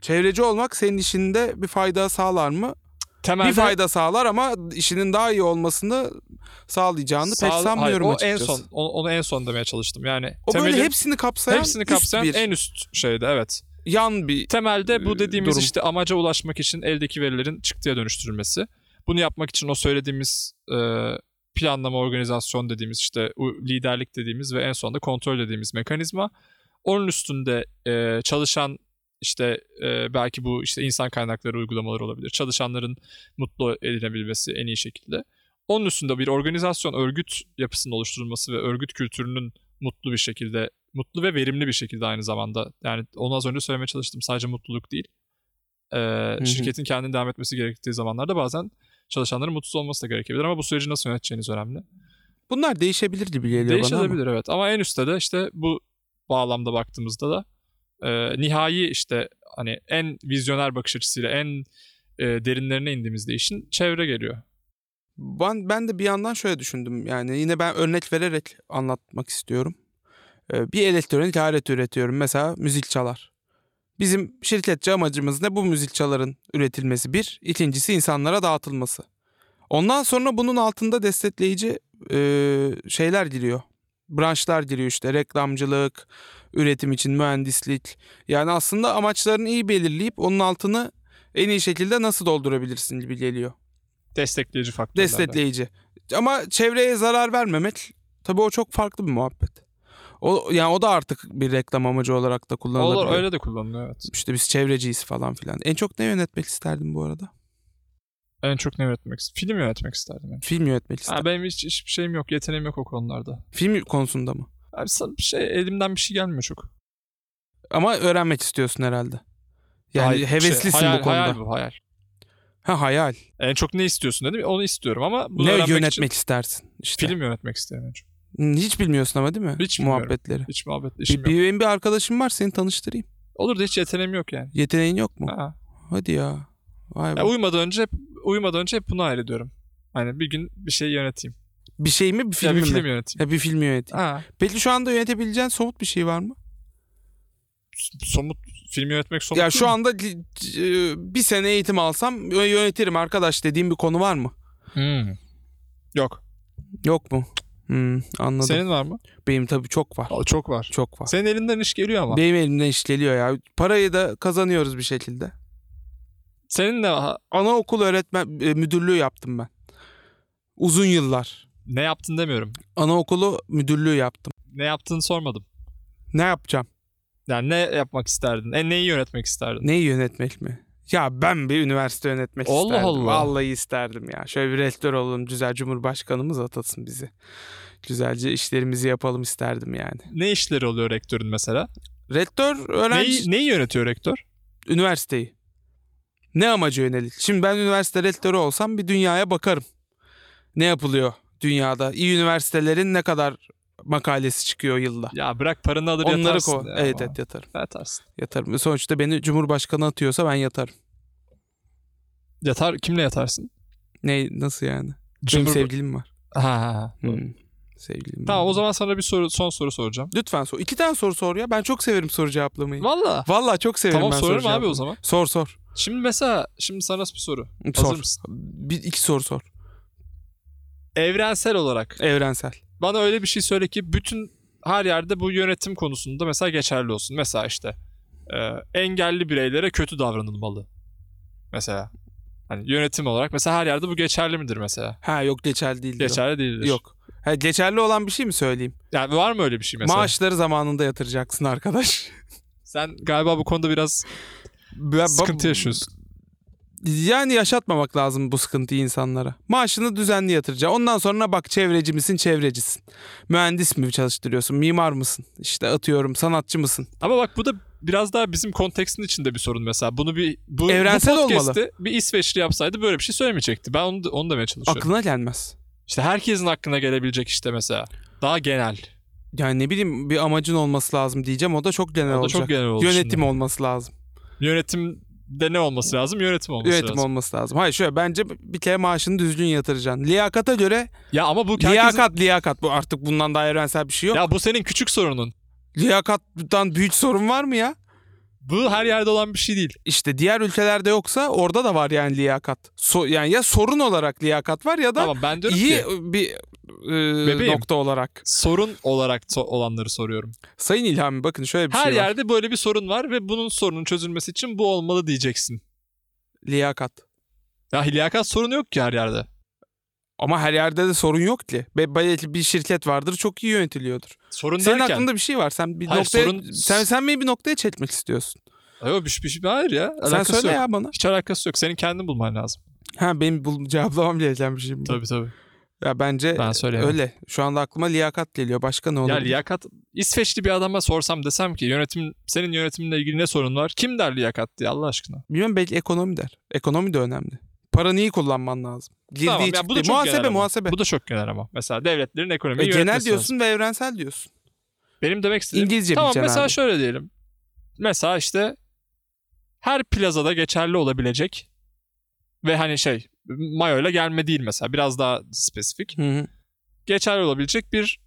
[SPEAKER 2] çevreci olmak senin işinde bir fayda sağlar mı?
[SPEAKER 1] temelde
[SPEAKER 2] bir fayda sağlar ama işinin daha iyi olmasını sağlayacağını
[SPEAKER 1] sağ-
[SPEAKER 2] pek
[SPEAKER 1] hayır,
[SPEAKER 2] sanmıyorum
[SPEAKER 1] o en
[SPEAKER 2] açıkçası.
[SPEAKER 1] son onu, onu en son demeye çalıştım. Yani
[SPEAKER 2] O
[SPEAKER 1] temelin
[SPEAKER 2] böyle hepsini kapsayan,
[SPEAKER 1] hepsini
[SPEAKER 2] üst
[SPEAKER 1] kapsayan
[SPEAKER 2] bir,
[SPEAKER 1] en üst şeydi evet.
[SPEAKER 2] yan bir
[SPEAKER 1] Temelde bu
[SPEAKER 2] e,
[SPEAKER 1] dediğimiz
[SPEAKER 2] durum.
[SPEAKER 1] işte amaca ulaşmak için eldeki verilerin çıktıya dönüştürülmesi. Bunu yapmak için o söylediğimiz e, planlama, organizasyon dediğimiz işte u- liderlik dediğimiz ve en sonunda kontrol dediğimiz mekanizma. Onun üstünde e, çalışan işte e, belki bu işte insan kaynakları uygulamaları olabilir. Çalışanların mutlu edilebilmesi en iyi şekilde. Onun üstünde bir organizasyon örgüt yapısının oluşturulması ve örgüt kültürünün mutlu bir şekilde, mutlu ve verimli bir şekilde aynı zamanda. Yani onu az önce söylemeye çalıştım. Sadece mutluluk değil. Ee,
[SPEAKER 2] hı.
[SPEAKER 1] şirketin kendini devam etmesi gerektiği zamanlarda bazen çalışanların mutsuz olması da gerekebilir ama bu süreci nasıl yöneteceğiniz önemli.
[SPEAKER 2] bunlar değişebilir gibi geliyor bana. ama.
[SPEAKER 1] Değişebilir evet ama en üstte de işte bu bağlamda baktığımızda da e, nihai işte hani en vizyoner bakış açısıyla en e, derinlerine indiğimizde işin çevre geliyor.
[SPEAKER 2] Ben, ben de bir yandan şöyle düşündüm yani yine ben örnek vererek anlatmak istiyorum. Ee, bir elektronik alet üretiyorum mesela müzik çalar. Bizim şirketçe amacımız ne? Bu müzik çaların üretilmesi bir. ikincisi insanlara dağıtılması. Ondan sonra bunun altında destekleyici e, şeyler giriyor. Branşlar giriyor işte reklamcılık, üretim için mühendislik. Yani aslında amaçlarını iyi belirleyip onun altını en iyi şekilde nasıl doldurabilirsin gibi geliyor.
[SPEAKER 1] Destekleyici faktörler. de.
[SPEAKER 2] Destekleyici. Ama çevreye zarar vermemek tabii o çok farklı bir muhabbet. O yani o da artık bir reklam amacı olarak da kullanılabiliyor.
[SPEAKER 1] Olur öyle de kullanılıyor evet.
[SPEAKER 2] İşte biz çevreciyiz falan filan. En çok ne yönetmek isterdim bu arada?
[SPEAKER 1] En çok ne yönetmek ist- Film yönetmek isterdim yani.
[SPEAKER 2] Film yönetmek isterdim.
[SPEAKER 1] Ha, benim hiç, hiçbir şeyim yok. Yeteneğim yok o konularda.
[SPEAKER 2] Film konusunda mı?
[SPEAKER 1] Abi sana bir şey elimden bir şey gelmiyor çok.
[SPEAKER 2] Ama öğrenmek istiyorsun herhalde. Yani
[SPEAKER 1] Hayır, şey,
[SPEAKER 2] heveslisin
[SPEAKER 1] hayal-
[SPEAKER 2] bu konuda.
[SPEAKER 1] Hayal bu hayal.
[SPEAKER 2] Ha hayal.
[SPEAKER 1] En çok ne istiyorsun dedim. Onu istiyorum ama bunu
[SPEAKER 2] ne
[SPEAKER 1] öğrenmek
[SPEAKER 2] yönetmek istersin işte.
[SPEAKER 1] için film yönetmek isterim en çok.
[SPEAKER 2] Hiç bilmiyorsun ama değil mi?
[SPEAKER 1] Hiç bilmiyorum.
[SPEAKER 2] Muhabbetleri.
[SPEAKER 1] Hiç muhabbet işim
[SPEAKER 2] Bir,
[SPEAKER 1] yok.
[SPEAKER 2] bir, benim bir arkadaşım var seni tanıştırayım.
[SPEAKER 1] Olur da hiç yeteneğim yok yani.
[SPEAKER 2] Yeteneğin yok mu?
[SPEAKER 1] Ha.
[SPEAKER 2] Hadi ya. Vay be.
[SPEAKER 1] Ya uyumadan önce hep, uyumadan önce hep bunu hayal ediyorum. Hani bir gün bir şey yöneteyim.
[SPEAKER 2] bir şey mi bir film
[SPEAKER 1] ya bir
[SPEAKER 2] mi?
[SPEAKER 1] film yöneteyim.
[SPEAKER 2] Ya bir film yönet.
[SPEAKER 1] Ha.
[SPEAKER 2] Peki şu anda yönetebileceğin somut bir şey var mı?
[SPEAKER 1] S- Somut film yönetmek somut.
[SPEAKER 2] ya
[SPEAKER 1] değil
[SPEAKER 2] şu
[SPEAKER 1] mi?
[SPEAKER 2] anda c- c- bir sene eğitim alsam yö- yönetirim arkadaş dediğim bir konu var mı?
[SPEAKER 1] Hmm. Yok.
[SPEAKER 2] Yok mu? Hmm, anladım.
[SPEAKER 1] Senin var mı?
[SPEAKER 2] Benim tabii çok var.
[SPEAKER 1] Aa, Çok var.
[SPEAKER 2] Çok var.
[SPEAKER 1] Senin elinden iş geliyor ama.
[SPEAKER 2] Benim elimden iş geliyor ya. Parayı da kazanıyoruz bir şekilde.
[SPEAKER 1] Senin de ha-
[SPEAKER 2] Anaokul öğretmen e, müdürlüğü yaptım ben. Uzun yıllar.
[SPEAKER 1] ne yaptın demiyorum.
[SPEAKER 2] Anaokulu müdürlüğü yaptım.
[SPEAKER 1] Ne yaptığını sormadım.
[SPEAKER 2] Ne yapacağım?
[SPEAKER 1] Yani ne yapmak isterdin? E, neyi yönetmek isterdin?
[SPEAKER 2] Neyi yönetmek mi? Ya ben bir üniversite yönetmek
[SPEAKER 1] Allah
[SPEAKER 2] isterdim.
[SPEAKER 1] Allah.
[SPEAKER 2] Vallahi isterdim ya. Şöyle bir rektör olalım. Güzel cumhurbaşkanımız atasın bizi. Güzelce işlerimizi yapalım isterdim yani.
[SPEAKER 1] Ne işleri oluyor rektörün mesela?
[SPEAKER 2] Rektör öğrenci
[SPEAKER 1] Neyi, neyi yönetiyor rektör?
[SPEAKER 2] üniversiteyi. Ne amaca yönelik? Şimdi ben üniversite rektörü olsam bir dünyaya bakarım. Ne yapılıyor dünyada? İyi üniversitelerin ne kadar makalesi çıkıyor yılda?
[SPEAKER 1] Ya bırak paranı alır
[SPEAKER 2] Onları
[SPEAKER 1] yatarsın.
[SPEAKER 2] ko.
[SPEAKER 1] ya
[SPEAKER 2] Evet
[SPEAKER 1] ama.
[SPEAKER 2] evet yatarım.
[SPEAKER 1] Yatarsın.
[SPEAKER 2] Yatarım. Sonuçta beni cumhurbaşkanı atıyorsa ben yatarım.
[SPEAKER 1] Yatar, kimle yatarsın?
[SPEAKER 2] Ne nasıl yani? Benim
[SPEAKER 1] Cumhur-
[SPEAKER 2] sevgilim var.
[SPEAKER 1] Ha, ha, ha.
[SPEAKER 2] Hmm. Sevgilim.
[SPEAKER 1] Tamam
[SPEAKER 2] var.
[SPEAKER 1] o zaman sana bir soru, son soru soracağım.
[SPEAKER 2] Lütfen sor. İki tane soru sor ya. Ben çok severim soru cevaplamayı.
[SPEAKER 1] Valla.
[SPEAKER 2] Vallahi çok severim
[SPEAKER 1] Tamam
[SPEAKER 2] ben
[SPEAKER 1] sorarım
[SPEAKER 2] soru
[SPEAKER 1] abi o
[SPEAKER 2] cevaplamayı.
[SPEAKER 1] zaman.
[SPEAKER 2] Sor sor.
[SPEAKER 1] Şimdi mesela şimdi sana bir soru.
[SPEAKER 2] Sor.
[SPEAKER 1] Hazır mısın?
[SPEAKER 2] Bir, iki soru sor.
[SPEAKER 1] Evrensel olarak
[SPEAKER 2] Evrensel.
[SPEAKER 1] bana öyle bir şey söyle ki bütün her yerde bu yönetim konusunda mesela geçerli olsun. Mesela işte e, engelli bireylere kötü davranılmalı. Mesela hani yönetim olarak mesela her yerde bu geçerli midir mesela?
[SPEAKER 2] Ha yok geçerli değil. diyor.
[SPEAKER 1] Geçerli değildir.
[SPEAKER 2] Yok. Ha, geçerli olan bir şey mi söyleyeyim?
[SPEAKER 1] Yani var mı öyle bir şey mesela?
[SPEAKER 2] Maaşları zamanında yatıracaksın arkadaş.
[SPEAKER 1] Sen galiba bu konuda biraz
[SPEAKER 2] Ya,
[SPEAKER 1] [LAUGHS]
[SPEAKER 2] ba-
[SPEAKER 1] sıkıntı yaşıyorsun.
[SPEAKER 2] Yani yaşatmamak lazım bu sıkıntıyı insanlara. Maaşını düzenli yatıracaksın. Ondan sonra bak çevreci misin çevrecisin. Mühendis mi çalıştırıyorsun? Mimar mısın? İşte atıyorum sanatçı mısın?
[SPEAKER 1] Ama bak bu da biraz daha bizim kontekstin içinde bir sorun mesela. Bunu bir bu,
[SPEAKER 2] Evrensel
[SPEAKER 1] bu
[SPEAKER 2] olmalı.
[SPEAKER 1] podcast'i bir İsveçli yapsaydı böyle bir şey söylemeyecekti. Ben onu, onu demeye çalışıyorum.
[SPEAKER 2] Aklına gelmez.
[SPEAKER 1] İşte herkesin aklına gelebilecek işte mesela. Daha genel.
[SPEAKER 2] Yani ne bileyim bir amacın olması lazım diyeceğim. O da çok genel
[SPEAKER 1] O da
[SPEAKER 2] olacak.
[SPEAKER 1] çok genel oldu
[SPEAKER 2] Yönetim
[SPEAKER 1] şimdi.
[SPEAKER 2] olması lazım.
[SPEAKER 1] Yönetimde ne olması lazım? Yönetim olması
[SPEAKER 2] Yönetim
[SPEAKER 1] lazım.
[SPEAKER 2] olması lazım. Hayır şöyle bence bir kere maaşını düzgün yatıracaksın. Liyakata göre
[SPEAKER 1] ya ama bu herkesin...
[SPEAKER 2] liyakat liyakat bu artık bundan daha evrensel bir şey yok.
[SPEAKER 1] Ya bu senin küçük sorunun.
[SPEAKER 2] Liyakattan büyük sorun var mı ya?
[SPEAKER 1] Bu her yerde olan bir şey değil.
[SPEAKER 2] İşte diğer ülkelerde yoksa orada da var yani liyakat. So- yani ya sorun olarak liyakat var ya da
[SPEAKER 1] Tamam ben diyorum
[SPEAKER 2] iyi
[SPEAKER 1] ki
[SPEAKER 2] bir e,
[SPEAKER 1] Bebeğim.
[SPEAKER 2] nokta olarak.
[SPEAKER 1] sorun olarak so- olanları soruyorum.
[SPEAKER 2] Sayın İlhami bakın şöyle bir
[SPEAKER 1] her
[SPEAKER 2] şey var.
[SPEAKER 1] yerde böyle bir sorun var ve bunun sorunun çözülmesi için bu olmalı diyeceksin.
[SPEAKER 2] Liyakat.
[SPEAKER 1] Ya liyakat sorunu yok ki her yerde.
[SPEAKER 2] Ama her yerde de sorun yok ki. Be- Belki bir şirket vardır çok iyi yönetiliyordur.
[SPEAKER 1] Sorun
[SPEAKER 2] Senin
[SPEAKER 1] derken.
[SPEAKER 2] aklında bir şey var. Sen bir
[SPEAKER 1] Hayır,
[SPEAKER 2] noktaya
[SPEAKER 1] sorun-
[SPEAKER 2] sen sen beni bir noktaya çekmek istiyorsun.
[SPEAKER 1] Ay, Yok bir, şey- bir, şey- hayır ya.
[SPEAKER 2] sen
[SPEAKER 1] Alakası
[SPEAKER 2] söyle
[SPEAKER 1] yok.
[SPEAKER 2] ya bana.
[SPEAKER 1] Hiç alakası yok. Senin kendin bulman lazım.
[SPEAKER 2] Ha benim bul- cevaplamam gereken bir şey mi?
[SPEAKER 1] Tabii tabii.
[SPEAKER 2] Ya bence
[SPEAKER 1] Ee, Ben söyleyemem.
[SPEAKER 2] öyle. Şu anda aklıma liyakat geliyor. Başka ne
[SPEAKER 1] Ya
[SPEAKER 2] olabilir?
[SPEAKER 1] liyakat İsveçli bir adama sorsam desem ki yönetim senin yönetiminle ilgili ne sorun var? Kim der liyakat diye Allah aşkına.
[SPEAKER 2] Bilmiyorum belki ekonomi der. Ekonomi de önemli. Paranı iyi kullanman lazım. Girdiği
[SPEAKER 1] Tamam, ya bu da
[SPEAKER 2] çıktığı-
[SPEAKER 1] çok genel
[SPEAKER 2] Muhasebe
[SPEAKER 1] ama.
[SPEAKER 2] muhasebe.
[SPEAKER 1] Bu da çok genel ama. Mesela devletlerin
[SPEAKER 2] E,
[SPEAKER 1] ekonomiyi
[SPEAKER 2] genel
[SPEAKER 1] yönetmesi lazım.
[SPEAKER 2] diyorsun ve evrensel diyorsun.
[SPEAKER 1] Benim demek istediğim
[SPEAKER 2] İngilizce
[SPEAKER 1] Tamam
[SPEAKER 2] bileceksin
[SPEAKER 1] mesela
[SPEAKER 2] abi.
[SPEAKER 1] şöyle diyelim. Mesela işte her plazada geçerli olabilecek ve hani şey mayoyla gelme değil mesela biraz daha spesifik.
[SPEAKER 2] Hı hı.
[SPEAKER 1] Geçerli olabilecek bir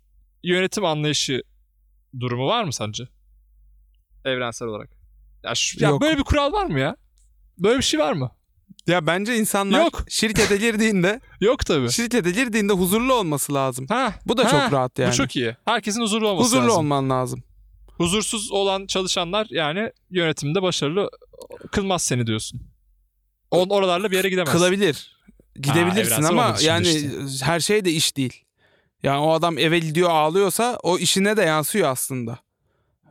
[SPEAKER 1] yönetim anlayışı durumu var mı sence? Evrensel olarak. Ya, şu- ya
[SPEAKER 2] Yok.
[SPEAKER 1] böyle bir kural var mı ya? Böyle bir şey var mı?
[SPEAKER 2] Ya bence insanlar
[SPEAKER 1] Yok. [LAUGHS]
[SPEAKER 2] şirkete girdiğinde
[SPEAKER 1] Yok tabii.
[SPEAKER 2] şirkete girdiğinde huzurlu olması lazım.
[SPEAKER 1] Ha,
[SPEAKER 2] Bu da
[SPEAKER 1] Ha,
[SPEAKER 2] çok rahat yani.
[SPEAKER 1] Bu çok iyi. Herkesin huzurlu olması
[SPEAKER 2] huzurlu
[SPEAKER 1] lazım.
[SPEAKER 2] olman lazım.
[SPEAKER 1] Huzursuz olan çalışanlar yani yönetimde başarılı kılmaz seni diyorsun. On oralarla bir yere gidemezsin.
[SPEAKER 2] Kılabilir. Gidebilirsin
[SPEAKER 1] evrensel
[SPEAKER 2] ama
[SPEAKER 1] olmak için
[SPEAKER 2] yani
[SPEAKER 1] işte.
[SPEAKER 2] her şey de iş değil. Yani o adam eve gidiyor ağlıyorsa o işine de yansıyor aslında.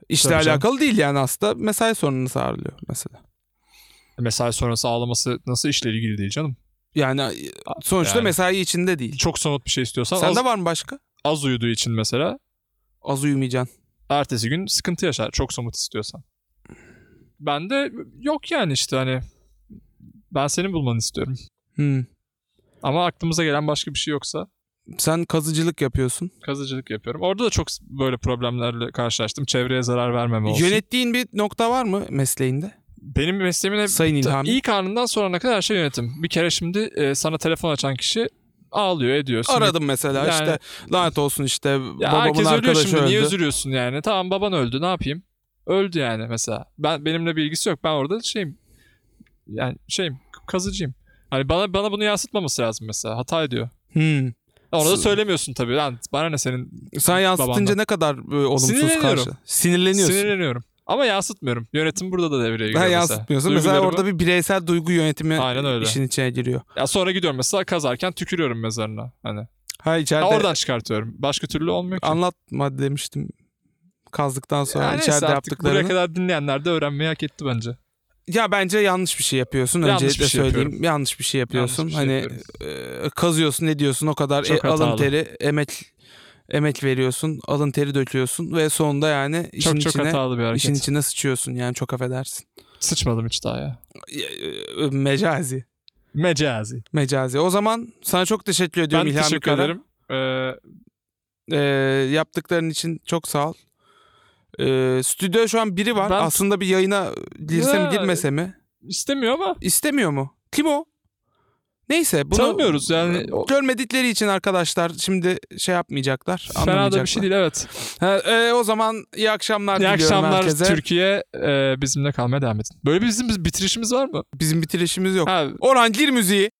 [SPEAKER 2] İşle
[SPEAKER 1] Tabii canım.
[SPEAKER 2] alakalı değil yani aslında mesai sorununu sağlıyor mesela.
[SPEAKER 1] mesai sonrası ağlaması nasıl işle ilgili değil canım.
[SPEAKER 2] Yani sonuçta
[SPEAKER 1] Yani.
[SPEAKER 2] mesai içinde değil.
[SPEAKER 1] Çok somut bir şey istiyorsan az,
[SPEAKER 2] Sende var mı başka?
[SPEAKER 1] az uyuduğu için mesela
[SPEAKER 2] Az uyumayacaksın.
[SPEAKER 1] ertesi gün sıkıntı yaşar çok somut istiyorsan. Ben de yok yani işte hani ben senin bulmanı istiyorum.
[SPEAKER 2] Hmm.
[SPEAKER 1] Ama aklımıza gelen başka bir şey yoksa
[SPEAKER 2] Sen kazıcılık yapıyorsun.
[SPEAKER 1] kazıcılık yapıyorum. Orada da çok böyle problemlerle karşılaştım. Çevreye zarar vermeme olsun.
[SPEAKER 2] Yönettiğin bir nokta var mı mesleğinde?
[SPEAKER 1] Benim mesleğimin hep
[SPEAKER 2] Sayın İlhami.
[SPEAKER 1] ilk anından sonuna kadar her şey yönetim. Bir kere şimdi e, sana telefon açan kişi ağlıyor ediyor. sinir-
[SPEAKER 2] Aradım mesela
[SPEAKER 1] Yani-
[SPEAKER 2] işte lanet olsun işte
[SPEAKER 1] Ya
[SPEAKER 2] babamın
[SPEAKER 1] herkes ölüyor
[SPEAKER 2] arkadaşı
[SPEAKER 1] şimdi
[SPEAKER 2] öldü.
[SPEAKER 1] niye üzülüyorsun yani? Tamam baban öldü ne yapayım? Öldü yani mesela. Ben benimle bir ilgisi yok. Ben orada şeyim. Yani şeyim kazıcıyım. Hani bana bana bunu yansıtmaması lazım mesela. Hata ediyor.
[SPEAKER 2] Hmm.
[SPEAKER 1] Ona da
[SPEAKER 2] S-
[SPEAKER 1] söylemiyorsun tabii. Lan bana ne senin
[SPEAKER 2] Sen yansıtınca
[SPEAKER 1] Babandan.
[SPEAKER 2] ne kadar e, olumsuz
[SPEAKER 1] Sinirleniyorum.
[SPEAKER 2] karşı. Sinirleniyorsun.
[SPEAKER 1] sinirleniyorum. Ama yansıtmıyorum. Yönetim burada da devreye giriyor
[SPEAKER 2] Ha,
[SPEAKER 1] mesela.
[SPEAKER 2] yansıtmıyorsun. Mesela
[SPEAKER 1] Duygularımı-
[SPEAKER 2] orada bir bireysel duygu yönetimi
[SPEAKER 1] Aynen öyle.
[SPEAKER 2] işin içine giriyor.
[SPEAKER 1] Ya sonra gidiyorum mesela kazarken tükürüyorum mezarına. Hani.
[SPEAKER 2] Ha
[SPEAKER 1] Ha,
[SPEAKER 2] içeride
[SPEAKER 1] oradan çıkartıyorum. Başka türlü olmuyor ki.
[SPEAKER 2] anlatma demiştim kazdıktan sonra
[SPEAKER 1] Ya neyse
[SPEAKER 2] içeride
[SPEAKER 1] artık
[SPEAKER 2] yaptıklarını.
[SPEAKER 1] Buraya kadar dinleyenler de öğrenmeyi hak etti bence.
[SPEAKER 2] Ya bence yanlış bir şey yapıyorsun.
[SPEAKER 1] Yanlış
[SPEAKER 2] Öncelikle
[SPEAKER 1] bir şey
[SPEAKER 2] söyleyeyim.
[SPEAKER 1] yapıyorum.
[SPEAKER 2] Yanlış bir şey yapıyorsun.
[SPEAKER 1] Yanlış bir şey
[SPEAKER 2] hani e, kazıyorsun, ne diyorsun? O kadar
[SPEAKER 1] Çok
[SPEAKER 2] e, alın
[SPEAKER 1] hatalı.
[SPEAKER 2] teri, emek emek veriyorsun, alın teri döküyorsun ve sonunda yani işin
[SPEAKER 1] çok çok
[SPEAKER 2] içine
[SPEAKER 1] hatalı bir hareket.
[SPEAKER 2] işin içine sıçıyorsun. Yani çok affedersin.
[SPEAKER 1] Sıçmadım hiç daha ya.
[SPEAKER 2] E, e, Mecazi.
[SPEAKER 1] Mecazi.
[SPEAKER 2] Mecazi. O zaman sana çok teşekkür ediyorum
[SPEAKER 1] Ben
[SPEAKER 2] İlhami
[SPEAKER 1] teşekkür
[SPEAKER 2] Kara.
[SPEAKER 1] ederim. Ee,
[SPEAKER 2] E, yaptıkların için çok sağ ol. E, stüdyo şu an biri var.
[SPEAKER 1] Ben-
[SPEAKER 2] Aslında bir yayına girse mi
[SPEAKER 1] Ya-
[SPEAKER 2] girmese mi?
[SPEAKER 1] istemiyor ama
[SPEAKER 2] İstemiyor mu? Kim o? Neyse bunu Hani
[SPEAKER 1] tanımıyoruz yani. O-
[SPEAKER 2] görmedikleri için arkadaşlar şimdi şey yapmayacaklar.
[SPEAKER 1] fena da
[SPEAKER 2] anlamayacaklar.
[SPEAKER 1] bir şey değil evet.
[SPEAKER 2] Ha, e, o zaman iyi akşamlar
[SPEAKER 1] İyi
[SPEAKER 2] diliyorum
[SPEAKER 1] akşamlar e,
[SPEAKER 2] herkese.
[SPEAKER 1] Türkiye. Ee, bizimle kalmaya devam edin. Böyle bir bizim bitirişimiz var mı?
[SPEAKER 2] Bizim bitirişimiz yok.
[SPEAKER 1] Ha,
[SPEAKER 2] Orhan gir müziği.